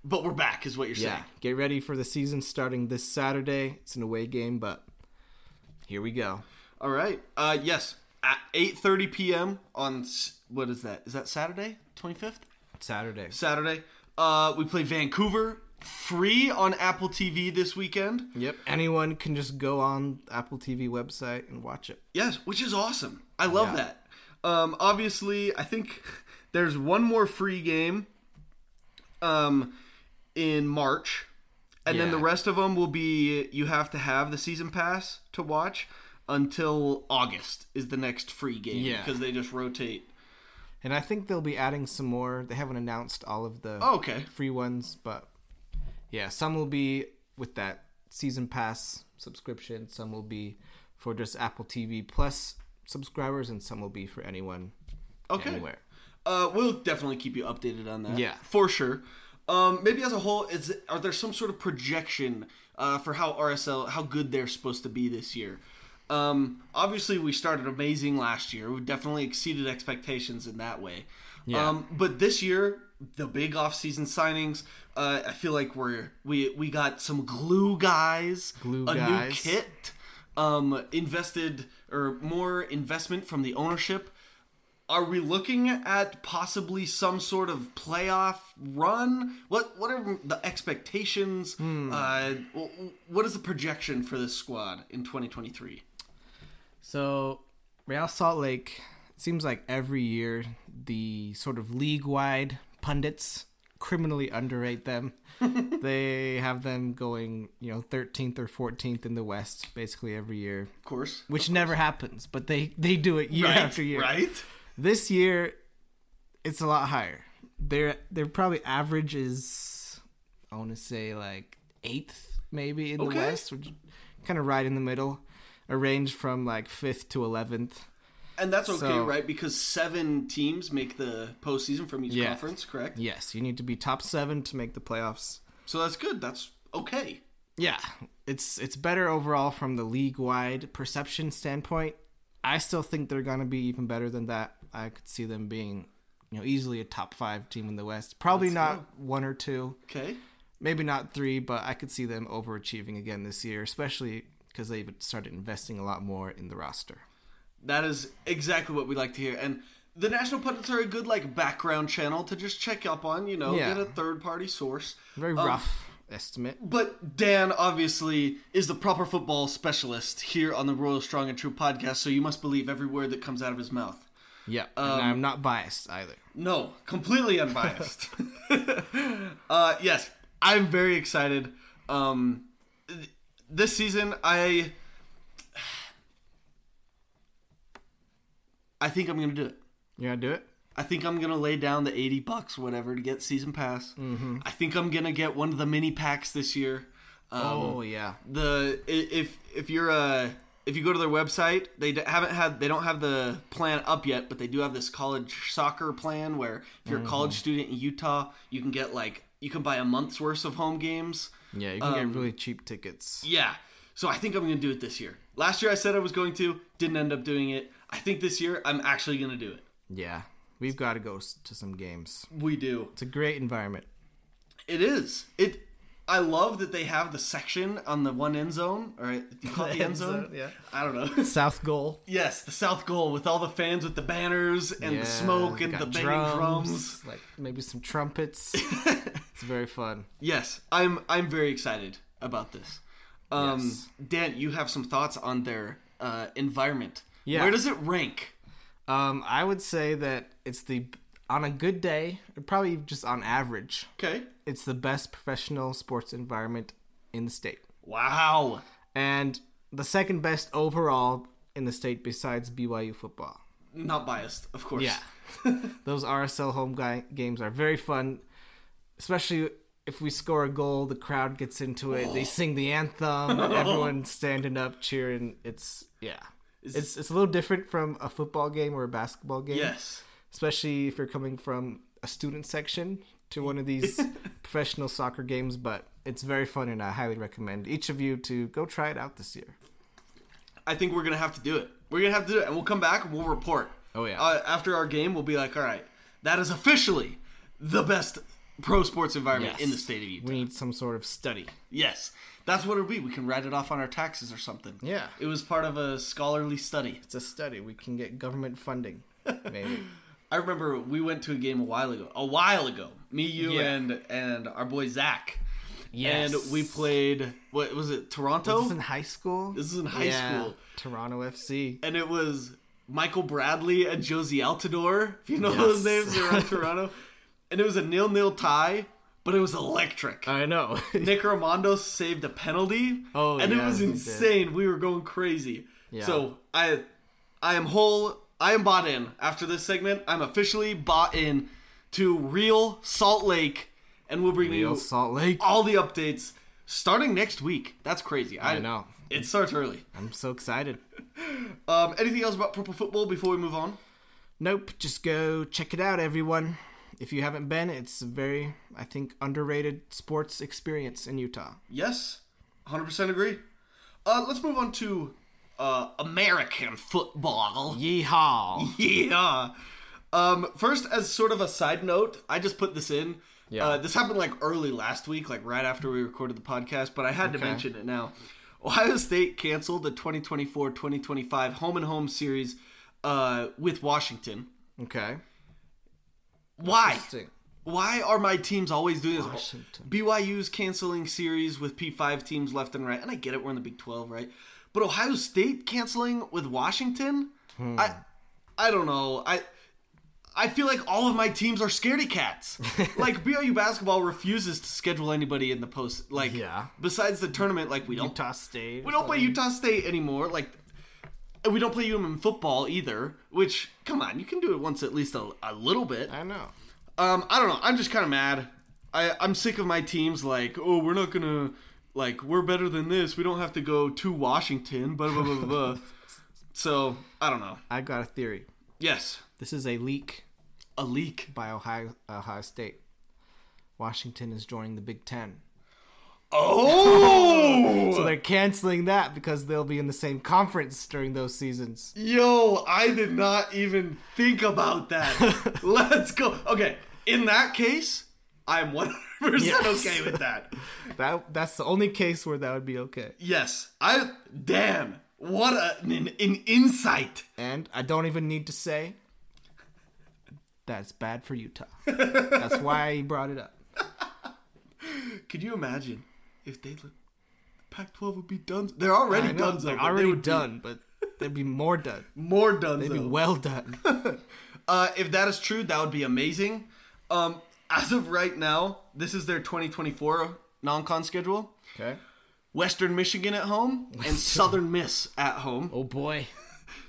Speaker 1: But we're back, is what you're
Speaker 2: yeah,
Speaker 1: saying.
Speaker 2: get ready for the season starting this Saturday. It's an away game, but here we go.
Speaker 1: All right. Uh, yes. At 8:30 p.m. on s- what is that? Is that Saturday, 25th?
Speaker 2: Saturday.
Speaker 1: Saturday. Uh, we play Vancouver free on Apple TV this weekend.
Speaker 2: Yep. Anyone can just go on Apple TV website and watch it.
Speaker 1: Yes, which is awesome. I love
Speaker 2: Yeah.
Speaker 1: that. Um, obviously, I think there's one more free game um, in March, and then the
Speaker 2: Yeah.
Speaker 1: rest of them will be you have to have the season pass to watch until August is the next free game
Speaker 2: Yeah.
Speaker 1: because they just rotate.
Speaker 2: And I think they'll be adding some more. They haven't announced all of the
Speaker 1: Oh, okay.
Speaker 2: free ones, but yeah, some will be with that season pass subscription, some will be for just Apple TV Plus subscribers, and some will be for anyone
Speaker 1: Okay.
Speaker 2: anywhere.
Speaker 1: Uh, we'll definitely keep you updated on that.
Speaker 2: Yeah.
Speaker 1: for sure. Um, maybe as a whole, is are there some sort of projection uh, for how RSL how good they're supposed to be this year? Um, obviously, we started amazing last year. We definitely exceeded expectations in that way.
Speaker 2: Yeah.
Speaker 1: Um, but this year, the big offseason signings. Uh, I feel like we're we we got some glue guys,
Speaker 2: Glue
Speaker 1: a new
Speaker 2: guys.
Speaker 1: kit, um, invested or more investment from the ownership. Are we looking at possibly some sort of playoff run? What what are the expectations?
Speaker 2: Hmm.
Speaker 1: Uh, wh- what is the projection for this squad in 2023?
Speaker 2: So, Real Salt Lake it seems like every year the sort of league-wide pundits criminally underrate them. they have them going, you know, 13th or 14th in the West basically every year.
Speaker 1: Of course,
Speaker 2: which never happens, but they they do it year
Speaker 1: right,
Speaker 2: after year.
Speaker 1: right?
Speaker 2: This year, it's a lot higher. Their their probably average is I want to say like eighth maybe in
Speaker 1: Okay.
Speaker 2: the West, which kind of right in the middle, a range from like fifth to eleventh.
Speaker 1: And that's okay,
Speaker 2: So-
Speaker 1: right? Because seven teams make the postseason from each
Speaker 2: Yeah.
Speaker 1: conference, correct?
Speaker 2: Yes, you need to be top seven to make the playoffs.
Speaker 1: So that's good. That's okay.
Speaker 2: yeah, it's it's better overall from the league wide perception standpoint. I still think they're gonna be even better than that. I could see them being, you know, easily a top five team in the West. Probably not one or two,
Speaker 1: Okay.
Speaker 2: maybe not three, but I could see them overachieving again this year, especially because they've started investing a lot more in the roster.
Speaker 1: That is exactly what we like to hear. And the national pundits are a good like background channel to just check up on, you know,
Speaker 2: Yeah.
Speaker 1: get a third party source.
Speaker 2: Very
Speaker 1: Um,
Speaker 2: rough estimate.
Speaker 1: But Dan obviously is the proper football specialist here on the Royal Strong and True podcast, so you must believe every word that comes out of his mouth.
Speaker 2: Yeah,
Speaker 1: Um,
Speaker 2: and I'm not biased either.
Speaker 1: No, completely unbiased. uh, yes, I'm very excited. Um, th- this season, I I think I'm gonna do it.
Speaker 2: You gonna do it?
Speaker 1: I think I'm gonna lay down the 80 bucks, whatever, to get season pass. I think I'm gonna get one of the mini packs this year. Um,
Speaker 2: oh yeah,
Speaker 1: the i- if if you're uh if you go to their website, they d- haven't had they don't have the plan up yet, but they do have this college soccer plan where if you're a college student in Utah, you can get like you can buy a month's worth of home games.
Speaker 2: yeah. You can
Speaker 1: Um,
Speaker 2: get really cheap tickets.
Speaker 1: Yeah. So I think I'm going to do it this year. Last year I said I was going to, didn't end up doing it. I think this year I'm actually going to do it.
Speaker 2: Yeah, we've got to go s- to some games.
Speaker 1: We do.
Speaker 2: It's a great environment.
Speaker 1: It is. It I love that they have the section on the one end zone, or do you call it the end zone?
Speaker 2: yeah.
Speaker 1: I don't know.
Speaker 2: South goal.
Speaker 1: Yes, the South Goal with all the fans with the banners and the smoke and the banging drums.
Speaker 2: Like maybe some trumpets. it's very fun.
Speaker 1: Yes, I'm I'm very excited about this. Um,
Speaker 2: Yes.
Speaker 1: Dan, you have some thoughts on their uh, environment.
Speaker 2: Yeah.
Speaker 1: Where does it rank?
Speaker 2: Um, I would say that it's the on a good day, probably just on average,
Speaker 1: Okay.
Speaker 2: it's the best professional sports environment in the state,
Speaker 1: Wow.
Speaker 2: and the second best overall in the state besides BYU football.
Speaker 1: Not biased, of course.
Speaker 2: Yeah. Those RSL home guy games are very fun, especially if we score a goal, the crowd gets into it. They sing the anthem, everyone's standing up cheering. It's yeah. It's it's a little different from a football game or a basketball game.
Speaker 1: Yes.
Speaker 2: Especially if you're coming from a student section to one of these professional soccer games, but it's very fun and I highly recommend each of you to go try it out this year.
Speaker 1: I think we're gonna have to do it. We're gonna have to do it, and we'll come back and we'll report.
Speaker 2: Oh, yeah.
Speaker 1: Uh, after our game, we'll be like, all right, that is officially the best pro sports environment in the state of Utah.
Speaker 2: We need some sort of study.
Speaker 1: yes, that's what it'll be. We can write it off on our taxes or something.
Speaker 2: Yeah.
Speaker 1: it was part of a scholarly study.
Speaker 2: It's a study. We can get government funding, maybe.
Speaker 1: I remember we went to a game a while ago. A while ago, me, you,
Speaker 2: Yeah.
Speaker 1: and and our boy Zach, and we played. What was it? Toronto.
Speaker 2: This is in high school.
Speaker 1: This is in high school.
Speaker 2: Toronto FC.
Speaker 1: and it was Michael Bradley and Josie Altador. If you know those
Speaker 2: Yes.
Speaker 1: names, they're on Toronto. And it was a nil-nil tie, but it was electric.
Speaker 2: I know.
Speaker 1: Nick Armando saved a penalty.
Speaker 2: Uh, Oh,
Speaker 1: and it
Speaker 2: yeah,
Speaker 1: was
Speaker 2: he did.
Speaker 1: insane. We were going crazy.
Speaker 2: Yeah.
Speaker 1: So I, I am whole. I am bought in. After this segment, I'm officially bought in to real Salt Lake, and we'll bring
Speaker 2: Real
Speaker 1: you
Speaker 2: Salt Lake.
Speaker 1: all the updates starting next week. That's crazy.
Speaker 2: I know.
Speaker 1: It starts early.
Speaker 2: I'm so excited.
Speaker 1: Um, anything else about purple football before we move on?
Speaker 2: Nope. Just go check it out, everyone. If you haven't been, it's a very, I think, underrated sports experience in Utah.
Speaker 1: Yes, 100% agree. Uh, let's move on to uh, American football.
Speaker 2: Yeehaw!
Speaker 1: Yeah. Um, first, as sort of a side note, I just put this in.
Speaker 2: Yeah.
Speaker 1: Uh, this happened like early last week, like right after we recorded the podcast, but I had to
Speaker 2: Okay.
Speaker 1: mention it now. Ohio State canceled the 2024 2025 home and home series uh, with Washington.
Speaker 2: Okay.
Speaker 1: Why?
Speaker 2: Interesting.
Speaker 1: Why are my teams always doing this?
Speaker 2: Washington.
Speaker 1: BYU's canceling series with P5 teams left and right. And I get it, we're in the Big 12, right? But Ohio State canceling with Washington?
Speaker 2: Hmm.
Speaker 1: I I don't know. I I feel like all of my teams are scaredy cats. like BYU basketball refuses to schedule anybody in the post like
Speaker 2: Yeah.
Speaker 1: besides the tournament like we don't
Speaker 2: Utah State.
Speaker 1: we don't play Utah State anymore. Like, and we don't play UM in football either. Which, come on, you can do it once at least a, a little bit.
Speaker 2: I know.
Speaker 1: Um, I don't know. I'm just kind of mad. I, I'm sick of my teams. Like, oh, we're not gonna. Like, we're better than this. We don't have to go to Washington. Blah blah blah blah. blah. so I don't know.
Speaker 2: I got a theory.
Speaker 1: Yes,
Speaker 2: This is a leak
Speaker 1: a leak.
Speaker 2: by Ohio Ohio State. Washington is joining the Big Ten.
Speaker 1: Oh,
Speaker 2: So they're canceling that because they'll be in the same conference during those seasons.
Speaker 1: Yo, I did not even think about that. Let's go. Okay, in that case, I'm 100%
Speaker 2: Yes.
Speaker 1: okay with that.
Speaker 2: That that's the only case where that would be okay.
Speaker 1: Yes, I. Damn, what a, an, an insight.
Speaker 2: And I don't even need to say that's bad for Utah. that's why I brought it up.
Speaker 1: Could you imagine if they. li- Pac-12 would be done. They're already
Speaker 2: I know,
Speaker 1: done.
Speaker 2: they're already done, but they'd be more done.
Speaker 1: More done.
Speaker 2: They'd be well done.
Speaker 1: Uh, if that is true, that would be amazing. Um, as of right now, this is their 2024 non-con schedule.
Speaker 2: Okay.
Speaker 1: Western Michigan at home and Southern Miss at home.
Speaker 2: Oh boy.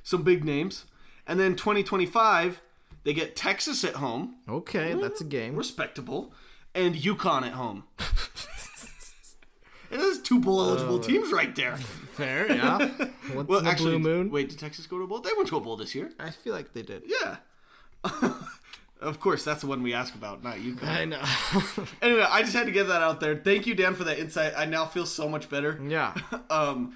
Speaker 1: some big names. And then 2025, they get Texas at home,
Speaker 2: Okay, that's a game.
Speaker 1: respectable, and Yukon at home. and those two bowl
Speaker 2: Oh.
Speaker 1: eligible teams right there.
Speaker 2: Fair, yeah. Once in a blue moon.
Speaker 1: Wait, did Texas go to a bowl? They went to a bowl this year.
Speaker 2: I feel like they did.
Speaker 1: Yeah. of course, that's the one we ask about, not Yukon.
Speaker 2: I know.
Speaker 1: Anyway, I just had to get that out there. Thank you, Dan, for that insight. I now feel so much better.
Speaker 2: yeah.
Speaker 1: Um,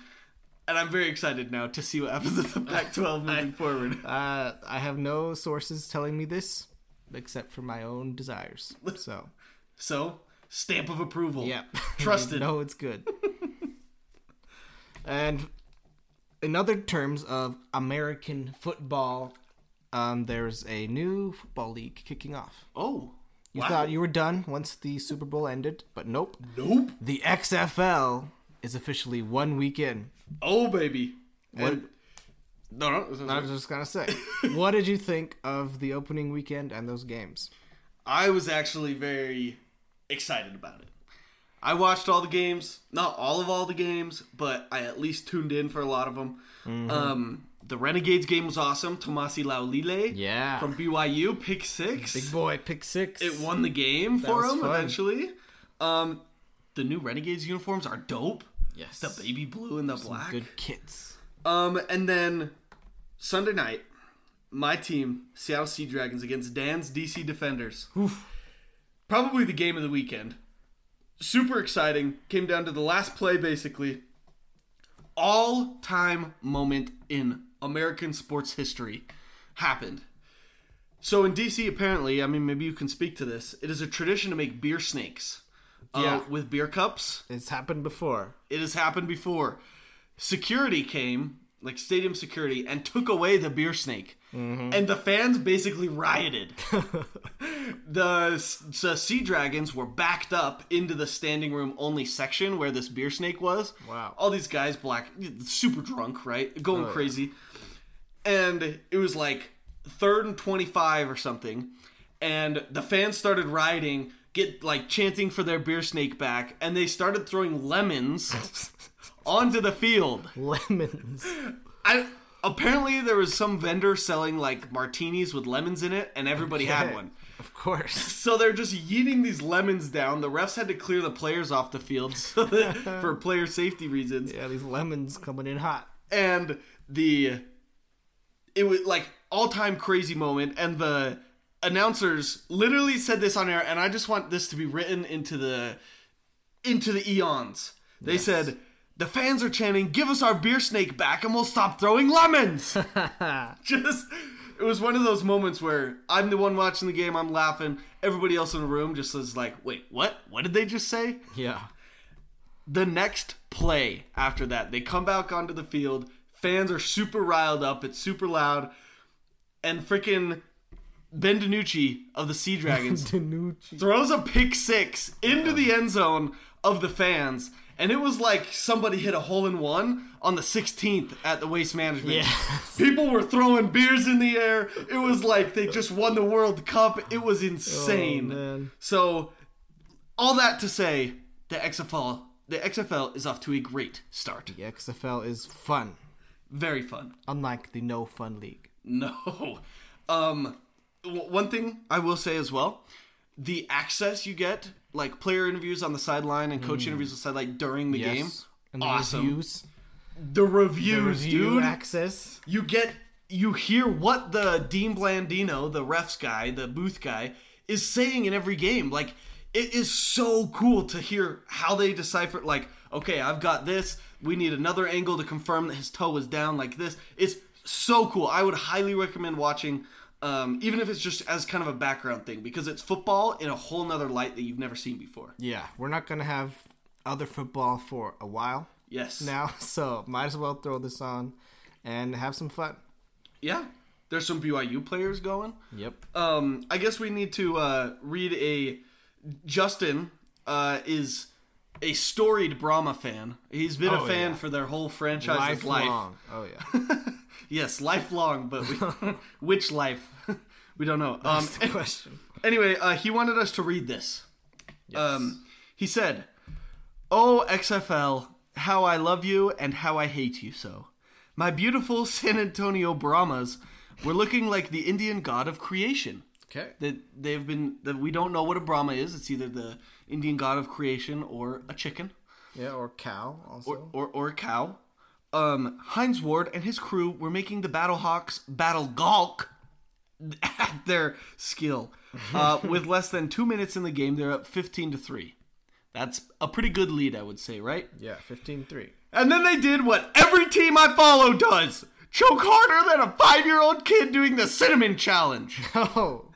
Speaker 1: and I'm very excited now to see what happens with the Pac-12 moving forward.
Speaker 2: Uh, I have no sources telling me this except for my own desires. So,
Speaker 1: So, stamp of approval.
Speaker 2: yeah.
Speaker 1: Trusted.
Speaker 2: no, it's good. and in other terms of American football, um, there's a new football league kicking off.
Speaker 1: Oh.
Speaker 2: You thought you were done once the Super Bowl ended, but nope.
Speaker 1: Nope.
Speaker 2: The XFL is officially one week in.
Speaker 1: Oh baby.
Speaker 2: What-
Speaker 1: And- no, no, no, no.
Speaker 2: I was just gonna say, what did you think of the opening weekend and those games?
Speaker 1: I was actually very excited about it. I watched all the games, not all of all the games, but I at least tuned in for a lot of them.
Speaker 2: Mm-hmm.
Speaker 1: Um, the Renegades game was awesome. Tomasi Laulile
Speaker 2: Yeah.
Speaker 1: from BYU, pick six.
Speaker 2: Big boy, pick six.
Speaker 1: it won the game for
Speaker 2: was
Speaker 1: him
Speaker 2: fun.
Speaker 1: eventually. Um, the new Renegades uniforms are dope.
Speaker 2: Yes.
Speaker 1: The baby blue and the black.
Speaker 2: Good kits.
Speaker 1: Um, and then Sunday night, my team, Seattle Sea Dragons, against Dan's DC Defenders. Probably the game of the weekend. Super exciting. Came down to the last play, basically. All time moment in American sports history happened. So in DC, apparently, I mean, maybe you can speak to this. It is a tradition to make beer snakes uh,
Speaker 2: Yeah.
Speaker 1: with beer cups.
Speaker 2: It's happened before.
Speaker 1: It has happened before. Security came, like stadium security, and took away the beer snake. And the fans basically rioted. the, s- the Sea Dragons were backed up into the standing room only section where this beer snake was.
Speaker 2: Wow.
Speaker 1: All these guys, black, super drunk, right? Going crazy. And it was like third and 25 or something. And the fans started rioting, get like chanting for their beer snake back. And they started throwing lemons onto the field.
Speaker 2: Lemons.
Speaker 1: I apparently there was some vendor selling like martinis with lemons in it, and everybody had one.
Speaker 2: Of course.
Speaker 1: So they're just yeeting these lemons down. The refs had to clear the players off the field so that- for player safety reasons.
Speaker 2: Yeah, these lemons coming in hot.
Speaker 1: And the it was like all time crazy moment, and the announcers literally said this on air, and I just want this to be written into the into the eons. They said. The fans are chanting, "Give us our beer snake back, and we'll stop throwing lemons." just it was one of those moments where I'm the one watching the game, I'm laughing. Everybody else in the room just is like, "Wait, what? What did they just say?"
Speaker 2: Yeah.
Speaker 1: The next play after that, they come back onto the field. Fans are super riled up. It's super loud, and freaking Ben DiNucci of the Sea Dragons
Speaker 2: Danucci.
Speaker 1: throws a pick six into the end zone of the fans. And it was like somebody hit a hole in one on the 16th at the waste management.
Speaker 2: Yes.
Speaker 1: People were throwing beers in the air. It was like they just won the World Cup. It was insane.
Speaker 2: Oh, man.
Speaker 1: So, all that to say, the XFL, the XFL is off to a great start.
Speaker 2: The XFL is fun,
Speaker 1: Very fun.
Speaker 2: unlike the no fun league.
Speaker 1: No. Um, w- one thing I will say as well the access you get, like player interviews on the sideline and
Speaker 2: Hmm.
Speaker 1: coach interviews on the sideline during the game.
Speaker 2: And the
Speaker 1: awesome.
Speaker 2: reviews.
Speaker 1: The reviews,
Speaker 2: The review
Speaker 1: dude.
Speaker 2: access.
Speaker 1: you get, you hear what the Dean Blandino, the refs guy, the booth guy, is saying in every game. Like, it is so cool to hear how they decipher, like, okay, I've got this. We need another angle to confirm that his toe was down like this. It's so cool. I would highly recommend watching, um, even if it's just as kind of a background thing, because it's football in a whole nother light that you've never seen before.
Speaker 2: Yeah, we're not gonna have other football for a while
Speaker 1: Yes.
Speaker 2: now, so might as well throw this on and have some fun.
Speaker 1: Yeah. There's some BYU players going.
Speaker 2: Yep.
Speaker 1: um, I guess we need to uh, read a. Justin uh, is a storied Brahma fan. He's been a
Speaker 2: Oh,
Speaker 1: fan
Speaker 2: yeah.
Speaker 1: for their whole franchise's life.
Speaker 2: Lifelong. Oh yeah.
Speaker 1: Yes, lifelong, but we, which life? we don't know. Um,
Speaker 2: That's the question.
Speaker 1: Anyway, uh, he wanted us to read this. Um, he said, Oh, XFL, how I love you and how I hate you so. My beautiful San Antonio Brahmas were looking like the Indian god of creation
Speaker 2: Okay.
Speaker 1: that they've been that we don't know what a Brahma is. It's either the Indian god of creation or a chicken
Speaker 2: Yeah, or cow also.
Speaker 1: or or, or a cow. Um, Heinz Ward and his crew were making the Battlehawks battle Galk at their skill. Uh, with less than two minutes in the game, they're up fifteen to three. That's a pretty good lead, I would say, right?
Speaker 2: yeah, 15-3.
Speaker 1: And then they did what every team I follow does: choke harder than a five-year-old kid doing the cinnamon challenge.
Speaker 2: Oh.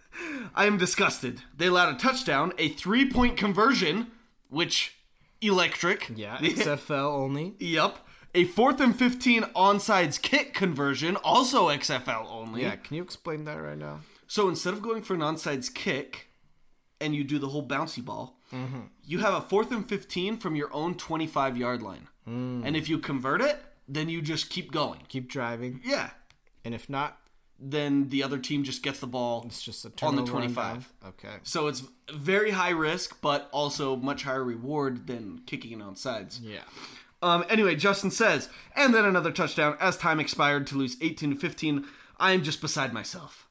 Speaker 1: I am disgusted. They allowed a touchdown, a three point conversion, which electric.
Speaker 2: Yeah, XFL only.
Speaker 1: yep. A fourth and 15 onsides kick conversion, also XFL only.
Speaker 2: Yeah, can you explain that right now?
Speaker 1: So instead of going for an onsides kick
Speaker 2: Mm-hmm.
Speaker 1: and you do the whole bouncy ball, you have a fourth and 15 from your own 25 yard line.
Speaker 2: Mm.
Speaker 1: And if you convert it, then you just keep going.
Speaker 2: Keep driving,
Speaker 1: Yeah.
Speaker 2: and if not,
Speaker 1: Then the other team just gets the ball.
Speaker 2: it's just a
Speaker 1: On
Speaker 2: turnover
Speaker 1: the
Speaker 2: and
Speaker 1: 25.
Speaker 2: down. Okay.
Speaker 1: So it's very high risk, but also much higher reward than kicking it on sides.
Speaker 2: Yeah.
Speaker 1: Um, anyway, Justin says, and then another touchdown as time expired to lose 18 to 15. I am just beside myself.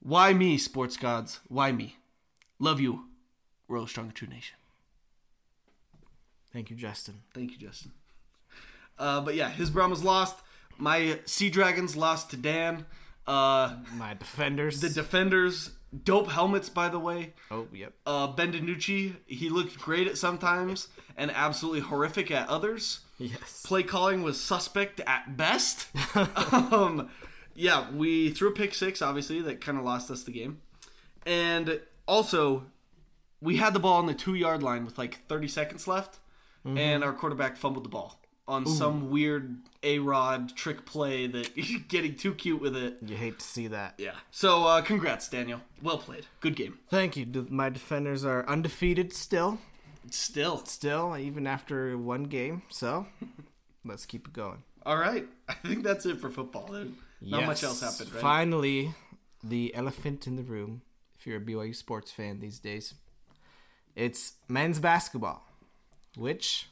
Speaker 1: Why me, sports gods? Why me? Love you, Royal Strong and True Nation.
Speaker 2: Thank you, Justin.
Speaker 1: Thank you, Justin. Uh, but yeah, his Brahmas lost. My Sea Dragons lost to Dan. Uh,
Speaker 2: My defenders.
Speaker 1: the Defenders, dope helmets, by the way.
Speaker 2: oh, yep.
Speaker 1: Uh, Bendinucci, he looked great at sometimes and absolutely horrific at others.
Speaker 2: yes.
Speaker 1: play calling was suspect at best. um, yeah, we threw a pick six, obviously, that kind of lost us the game. And also, we had the ball on the two yard line with like 30 seconds left, and our quarterback fumbled the ball on some weird A Rod trick play that getting too cute with it.
Speaker 2: You hate to see that.
Speaker 1: Yeah. So, uh, congrats, Daniel. Well played. Good game.
Speaker 2: Thank you. D- My defenders are undefeated still.
Speaker 1: Still.
Speaker 2: Still, even after one game. So, let's keep it going.
Speaker 1: All right. I think that's it for football. There- Not much else
Speaker 2: Yes.
Speaker 1: happened, right?
Speaker 2: Finally, the elephant in the room, if you're a BYU sports fan these days, it's men's basketball, which,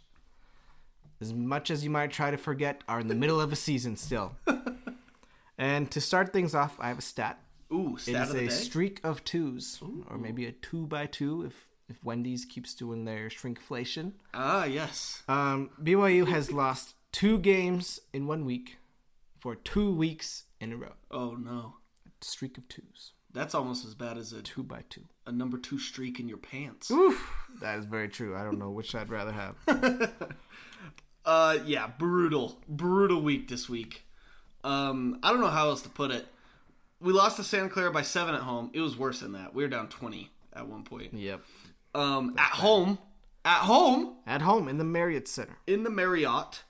Speaker 2: as much as you might try to forget, are in the middle of a season still. and to start things off, I have a stat.
Speaker 1: Ooh,
Speaker 2: It
Speaker 1: stat
Speaker 2: is
Speaker 1: of the day.
Speaker 2: a streak of twos, or maybe a two by two if, if Wendy's keeps doing their shrinkflation.
Speaker 1: ah, yes.
Speaker 2: Um, BYU has lost two games in one week for two weeks in a row.
Speaker 1: Oh no,
Speaker 2: Streak of twos.
Speaker 1: that's almost as bad as a,
Speaker 2: Two by two.
Speaker 1: a number two streak in your pants.
Speaker 2: That is very true. I don't know which I'd rather have.
Speaker 1: Uh, yeah, brutal, brutal week this week. Um, I don't know how else to put it. We lost to Santa Clara by seven at home. It was worse than that. We were down twenty at one point.
Speaker 2: yep.
Speaker 1: Um, at home, at home
Speaker 2: At home in the Marriott Center.
Speaker 1: in the Marriott,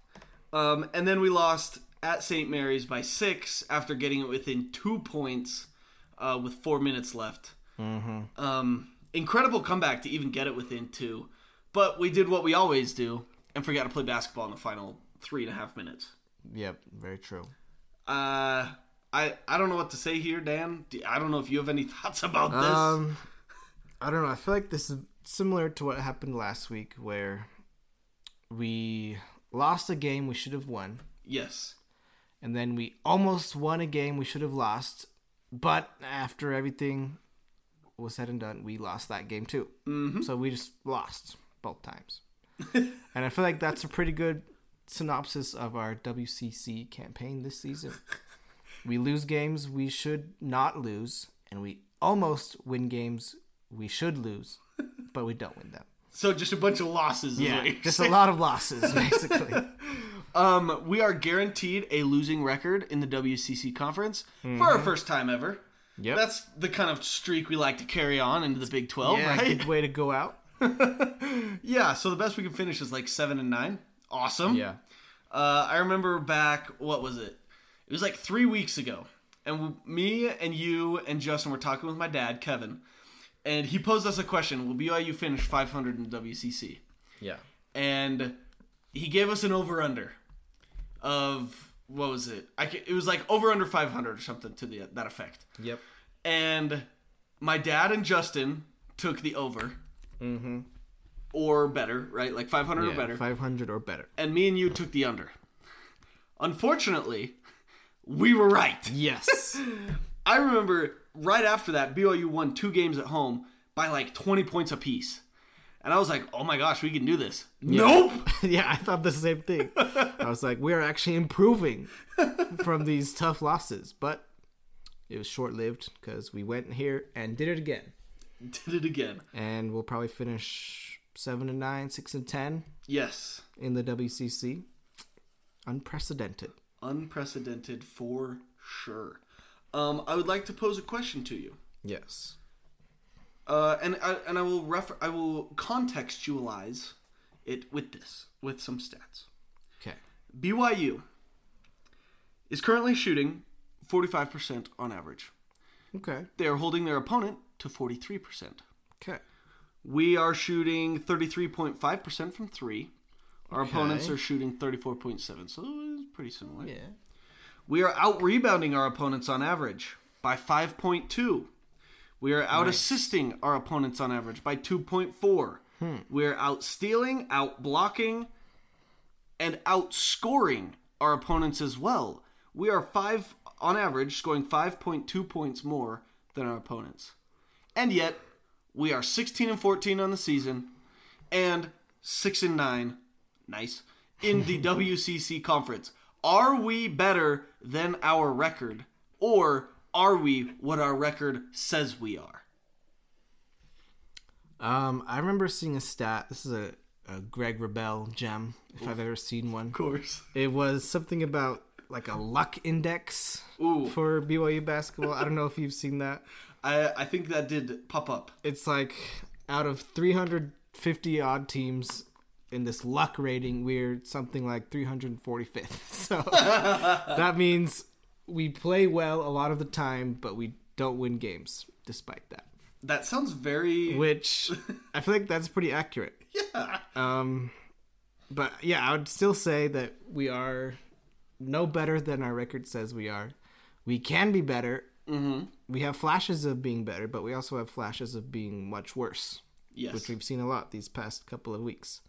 Speaker 1: um, and then we lost at St. Mary's by six after getting it within two points uh, with four minutes left.
Speaker 2: Mm-hmm.
Speaker 1: Um, incredible comeback to even get it within two. But we did what we always do and forgot to play basketball in the final three and a half minutes.
Speaker 2: Yep. Very true.
Speaker 1: Uh, I, I don't know what to say here, Dan. D- I don't know if you have any thoughts about this.
Speaker 2: Um, I don't know. I feel like this is similar to what happened last week, where we lost a game we should have won,
Speaker 1: yes.
Speaker 2: and then we almost won a game we should have lost, but after everything was said and done, we lost that game too. Mm-hmm. So we just lost both times. and I feel like that's a pretty good synopsis of our WCC campaign this season. we lose games we should not lose, and we almost win games we should lose, but we don't win them.
Speaker 1: So just a bunch of losses. Yeah. Is what you're
Speaker 2: just a
Speaker 1: saying.
Speaker 2: lot of losses, basically.
Speaker 1: Um, we are guaranteed a losing record in the WCC conference for our first time ever.
Speaker 2: Mm-hmm. yep.
Speaker 1: That's the kind of streak we like to carry on into the Big 12,
Speaker 2: yeah,
Speaker 1: right?
Speaker 2: good way to go out.
Speaker 1: Yeah, so the best we can finish is like 7 and 9. Awesome.
Speaker 2: Yeah.
Speaker 1: Uh, I remember back, what was it? It was like three weeks ago. And w- me and you and Justin were talking with my dad, Kevin. And he posed us a question Will BYU finish 500 in the WCC?
Speaker 2: Yeah.
Speaker 1: and he gave us an over under of what was it? I ca- it was like over under 500 or something to the that effect.
Speaker 2: Yep.
Speaker 1: And my dad and Justin took the over. Mm-hmm. Or better, right? Like 500 or better.
Speaker 2: 500 or better.
Speaker 1: and me and you took the under. Unfortunately, we were right.
Speaker 2: Yes.
Speaker 1: I remember right after that, BYU won two games at home by like 20 points apiece. And I was like, oh my gosh, we can do this. Nope.
Speaker 2: yeah, I thought the same thing. I was like, we are actually improving from these tough losses, but it was short lived because we went here and did it again.
Speaker 1: Did it again.
Speaker 2: And we'll probably finish seven and nine, six and ten
Speaker 1: Yes.
Speaker 2: in the WCC. Unprecedented.
Speaker 1: Unprecedented for sure. Um, I would like to pose a question to you.
Speaker 2: Yes.
Speaker 1: Uh, and I, and I will refer I will contextualize it with this with some stats.
Speaker 2: Okay.
Speaker 1: BYU is currently shooting 45% on average.
Speaker 2: Okay.
Speaker 1: They are holding their opponent to 43%.
Speaker 2: Okay.
Speaker 1: We are shooting 33.5% from 3. Our opponents
Speaker 2: Okay.
Speaker 1: are shooting 34.7, so it's pretty similar.
Speaker 2: Yeah.
Speaker 1: We are out rebounding our opponents on average by 5.2. We are out assisting our opponents on average by 2.4. We are out stealing, out blocking, and outscoring our opponents as well. We are five on average scoring 5.2 points more than our opponents. And yet, we are 16 and 14 on the season and 6 and 9 nice in the WCC conference. Are we better than our record or are we what our record says we are?
Speaker 2: Um, I remember seeing a stat. This is a, a Greg Rebel gem, if I've ever seen one.
Speaker 1: Of course.
Speaker 2: It was something about like a luck index
Speaker 1: Ooh.
Speaker 2: for BYU basketball. I don't know if you've seen that.
Speaker 1: I I think that did pop up.
Speaker 2: It's like out of 350 odd teams in this luck rating, we're something like 345th. So that means we play well a lot of the time, but we don't win games despite that.
Speaker 1: That sounds very
Speaker 2: Which I feel like that's pretty accurate.
Speaker 1: Yeah.
Speaker 2: Um, but yeah, I would still say that we are no better than our record says we are. We can be better. Mm-hmm. We have flashes of being better, but we also have flashes of being much worse,
Speaker 1: Yes.
Speaker 2: which we've seen a lot these past couple of weeks.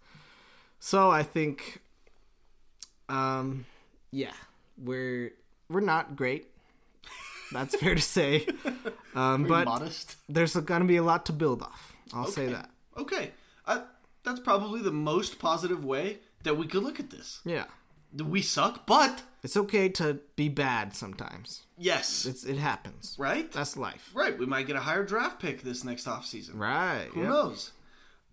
Speaker 2: So I think, um, yeah, we're we're not great. That's fair to say. Um, but
Speaker 1: modest.
Speaker 2: there's going to be a lot to build off. I'll say that.
Speaker 1: Okay. I, that's probably the most positive way that we could look at this.
Speaker 2: Yeah.
Speaker 1: We suck, but
Speaker 2: It's okay to be bad sometimes.
Speaker 1: yes.
Speaker 2: It's it happens.
Speaker 1: right?
Speaker 2: That's life.
Speaker 1: right. We might get a higher draft pick this next offseason.
Speaker 2: Right.
Speaker 1: Who knows?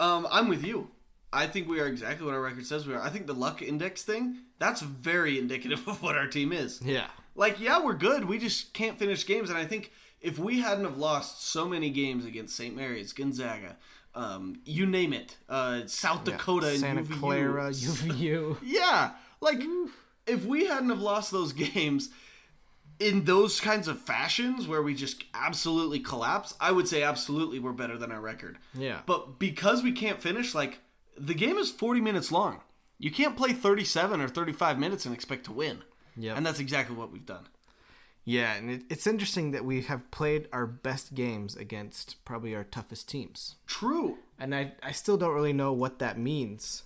Speaker 1: Um, I'm with you. I think we are exactly what our record says we are. I think the luck index thing, that's very indicative of what our team is.
Speaker 2: Yeah.
Speaker 1: Like, yeah, we're good. We just can't finish games. And I think if we hadn't have lost so many games against St. Mary's, Gonzaga, um, you name it, uh, South Dakota, and
Speaker 2: Santa
Speaker 1: UVU.
Speaker 2: Clara, UVU.
Speaker 1: Yeah, like if we hadn't have lost those games in those kinds of fashions where we just absolutely collapse, I would say absolutely we're better than our record.
Speaker 2: Yeah.
Speaker 1: But because we can't finish, like the game is 40 minutes long. You can't play 37 or 35 minutes and expect to win.
Speaker 2: Yep.
Speaker 1: And that's exactly what we've done.
Speaker 2: yeah, and it, it's interesting that we have played our best games against probably our toughest teams.
Speaker 1: True.
Speaker 2: And I I still don't really know what that means.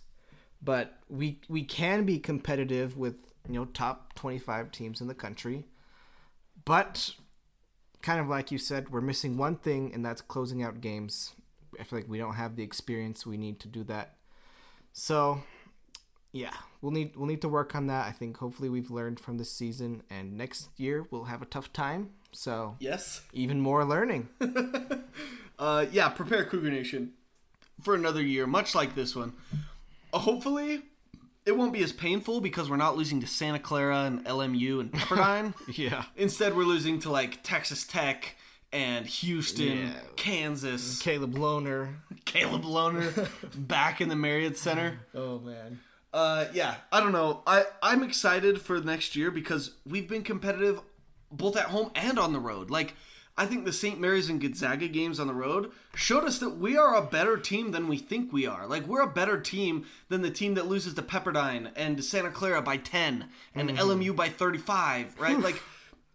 Speaker 2: But we we can be competitive with, you know, top 25 teams in the country. But kind of like you said, we're missing one thing and that's closing out games. I feel like we don't have the experience we need to do that. So, yeah, we'll need we'll need to work on that. I think hopefully we've learned from this season, and next year we'll have a tough time. So
Speaker 1: Yes.
Speaker 2: even more learning.
Speaker 1: Uh, yeah, prepare Cougar Nation for another year, much like this one. Uh, hopefully, it won't be as painful because we're not losing to Santa Clara and LMU and Pepperdine.
Speaker 2: yeah,
Speaker 1: Instead, we're losing to like Texas Tech and Houston,
Speaker 2: Yeah. Mm.
Speaker 1: Kansas,
Speaker 2: Caleb Lohner.
Speaker 1: Caleb Lohner back in the Marriott Center.
Speaker 2: Oh man.
Speaker 1: Uh, yeah, I don't know. I I'm excited for next year because we've been competitive both at home and on the road. Like I think the St. Mary's and Gonzaga games on the road showed us that we are a better team than we think we are. Like we're a better team than the team that loses to Pepperdine and Santa Clara by 10 and LMU by 35, right? like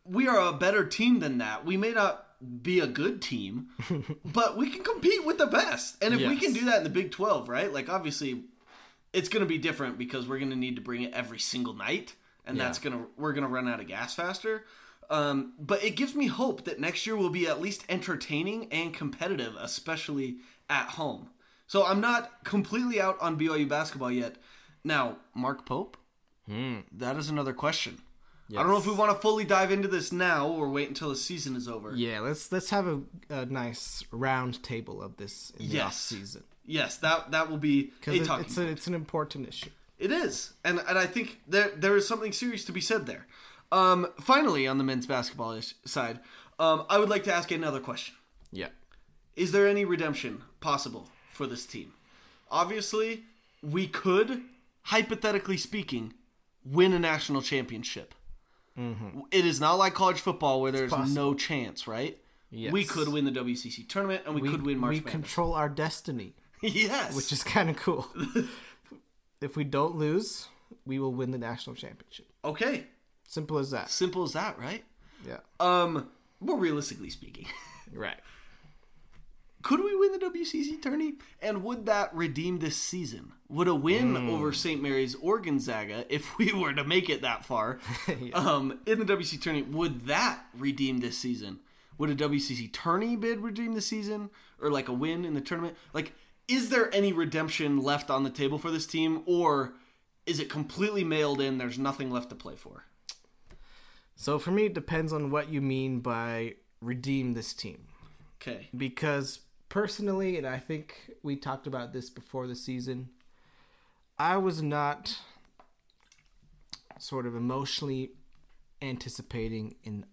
Speaker 1: we are a better team than that. We may not be a good team, but we can compete with the best. And if we
Speaker 2: Yes.
Speaker 1: can do that in the Big 12, right? Like obviously it's going to be different because we're going to need to bring it every single night and that's going to we're going to run out of gas faster um, but it gives me hope that next year will be at least entertaining and competitive especially at home so i'm not completely out on byu basketball yet now mark pope
Speaker 2: Hmm.
Speaker 1: that is another question i don't know if we want to fully dive into this now or wait until the season is over
Speaker 2: Yeah, let's let's have a, a nice round table of this in the
Speaker 1: Yes.
Speaker 2: off season
Speaker 1: yes that that will be a
Speaker 2: because
Speaker 1: talking
Speaker 2: it's a, it's an important issue.
Speaker 1: It is, and and I think there there is something serious to be said there. Um, finally, on the men's basketball ish side, um, I would like to ask another question:
Speaker 2: Yeah.
Speaker 1: Is there any redemption possible for this team? Obviously, we could, hypothetically speaking, win a national championship. It is not like college football where there's no chance, right? We
Speaker 2: Yes.
Speaker 1: could win the WCC tournament, and we, could win March
Speaker 2: we
Speaker 1: Madness.
Speaker 2: control our destiny,
Speaker 1: yes,
Speaker 2: which is kind of cool. If we don't lose, we will win the national championship.
Speaker 1: Okay,
Speaker 2: Simple as that.
Speaker 1: simple as that, right?
Speaker 2: Yeah.
Speaker 1: Um, more realistically speaking,
Speaker 2: Right.
Speaker 1: could we win the WCC tourney? And would that redeem this season? Would a win over St. Mary's or Gonzaga, if we were to make it that far, um, in the WCC tourney, would that redeem this season? Would a WCC tourney bid redeem the season, or like a win in the tournament? Like, is there any redemption left on the table for this team, or is it completely mailed in? There's nothing left to play for.
Speaker 2: So for me, it depends on what you mean by redeem this team.
Speaker 1: Okay.
Speaker 2: because personally, and I think we talked about this before the season, I was not sort of emotionally anticipating in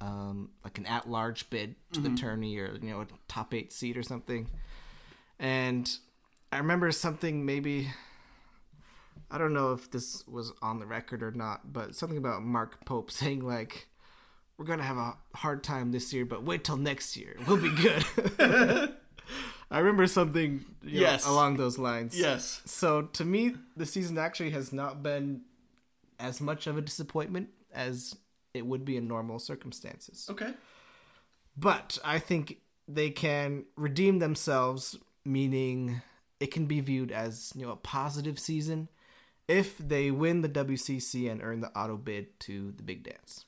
Speaker 2: um, like an at-large bid to
Speaker 1: Mm-hmm.
Speaker 2: the tourney or you know a top eight seed or something, and I remember something maybe. I don't know if this was on the record or not, but something about Mark Pope saying like, we're gonna have a hard time this year, but wait till next year. We'll be good. I remember something you know,
Speaker 1: Yes.
Speaker 2: along those lines.
Speaker 1: Yes.
Speaker 2: So to me, the season actually has not been as much of a disappointment as it would be in normal circumstances.
Speaker 1: Okay.
Speaker 2: But I think they can redeem themselves, meaning it can be viewed as you know a positive season if they win the WCC and earn the auto bid to the Big Dance.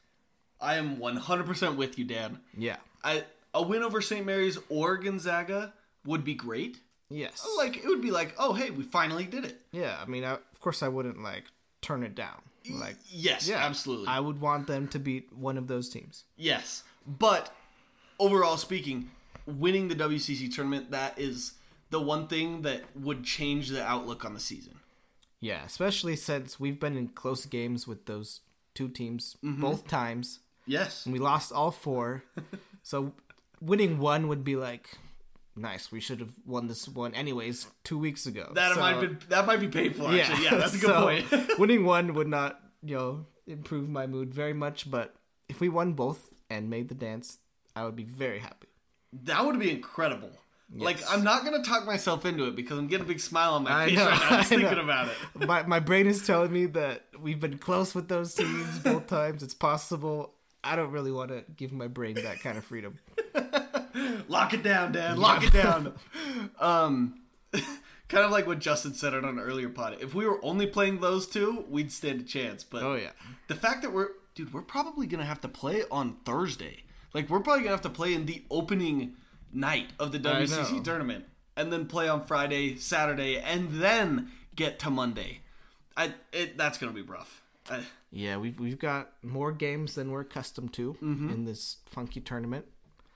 Speaker 1: I am 100% with you, Dan.
Speaker 2: Yeah.
Speaker 1: I a win over St. Mary's or Gonzaga would be great.
Speaker 2: Yes.
Speaker 1: Like it would be like, oh hey, we finally did it.
Speaker 2: Yeah, I mean, I, of course, I wouldn't like turn it down. Like,
Speaker 1: Yes,
Speaker 2: yeah,
Speaker 1: absolutely.
Speaker 2: I would want them to beat one of those teams.
Speaker 1: yes, but overall speaking, winning the WCC tournament that is the one thing that would change the outlook on the season.
Speaker 2: Yeah, especially since we've been in close games with those two teams
Speaker 1: Mm-hmm.
Speaker 2: both times.
Speaker 1: Yes,
Speaker 2: and We lost all four, so winning one would be like, nice. We should have won this one anyways two weeks ago.
Speaker 1: that
Speaker 2: So-
Speaker 1: might be that might be painful. Actually, yeah, that's a good
Speaker 2: so
Speaker 1: point.
Speaker 2: winning one would not, you know, improve my mood very much. But if we won both and made the dance, I would be very happy.
Speaker 1: that would be incredible. Like I'm not gonna talk myself into it because I'm getting a big smile on my
Speaker 2: I
Speaker 1: face
Speaker 2: know,
Speaker 1: right now just
Speaker 2: I
Speaker 1: thinking
Speaker 2: know.
Speaker 1: about it.
Speaker 2: my, my brain is telling me that we've been close with those teams both times. It's possible. I don't really want to give my brain that kind of freedom.
Speaker 1: Lock it down, Dad. Lock it down. um, kind of like what Justin said on an earlier pod. If we were only playing those two, we'd stand a chance. But
Speaker 2: Oh, yeah.
Speaker 1: the fact that we're, dude, we're probably gonna have to play on Thursday. Like we're probably gonna have to play in the opening night of the
Speaker 2: I
Speaker 1: WCC
Speaker 2: know.
Speaker 1: tournament, and then play on Friday, Saturday, and then get to Monday. I it, that's gonna be rough. I,
Speaker 2: Yeah, we've we've got more games than we're accustomed to in this funky tournament.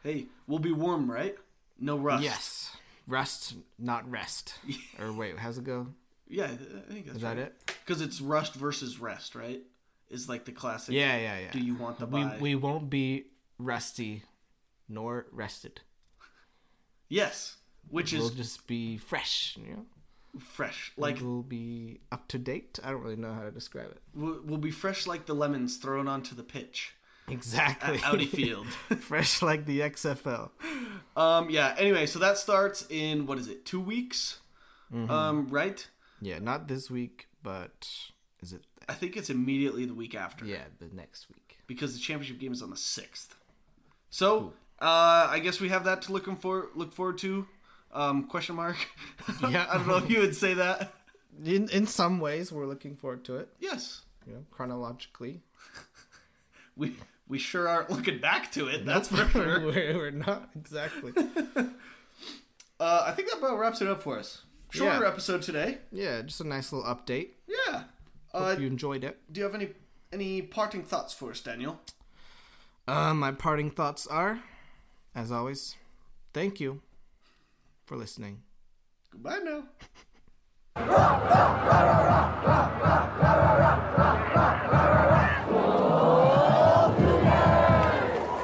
Speaker 1: hey, we'll be warm, right? No rust.
Speaker 2: Yes. Rust, not rest. or wait, how's it go?
Speaker 1: Yeah, I think that's
Speaker 2: Is that it?
Speaker 1: Because it's rust versus rest, right? Is like the classic.
Speaker 2: Yeah, yeah, yeah.
Speaker 1: Do you want the
Speaker 2: we
Speaker 1: buy?
Speaker 2: we won't be rusty nor rested.
Speaker 1: yes, which
Speaker 2: We'll
Speaker 1: is
Speaker 2: just be fresh, you know.
Speaker 1: fresh. Like
Speaker 2: we'll be up to date. I don't really know how to describe it.
Speaker 1: we'll, we'll be fresh like the lemons thrown onto the pitch
Speaker 2: Exactly.
Speaker 1: at Audi Field.
Speaker 2: fresh like the XFL.
Speaker 1: um. Yeah. Anyway, so that starts in what is it? Two weeks.
Speaker 2: Mm-hmm.
Speaker 1: Um. Right.
Speaker 2: Yeah, not this week, but is it?
Speaker 1: I think it's immediately the week after.
Speaker 2: Yeah, the next week.
Speaker 1: Because the championship game is on the sixth. So. Uh, I guess we have that to looking for look forward to. Um, question mark.
Speaker 2: Yeah.
Speaker 1: I don't know if you would say that.
Speaker 2: In in some ways, we're looking forward to it.
Speaker 1: Yes.
Speaker 2: You know, chronologically,
Speaker 1: we we sure aren't looking back to it. That's for sure.
Speaker 2: we're, we're not exactly.
Speaker 1: Uh, I think that about wraps it up for us. Shorter
Speaker 2: Yeah.
Speaker 1: episode today.
Speaker 2: yeah, just a nice little update.
Speaker 1: Yeah. Uh,
Speaker 2: Hope you enjoyed it.
Speaker 1: do you have any any parting thoughts for us, Daniel?
Speaker 2: Uh, my parting thoughts are, as always, thank you for listening.
Speaker 1: Goodbye now.
Speaker 5: Run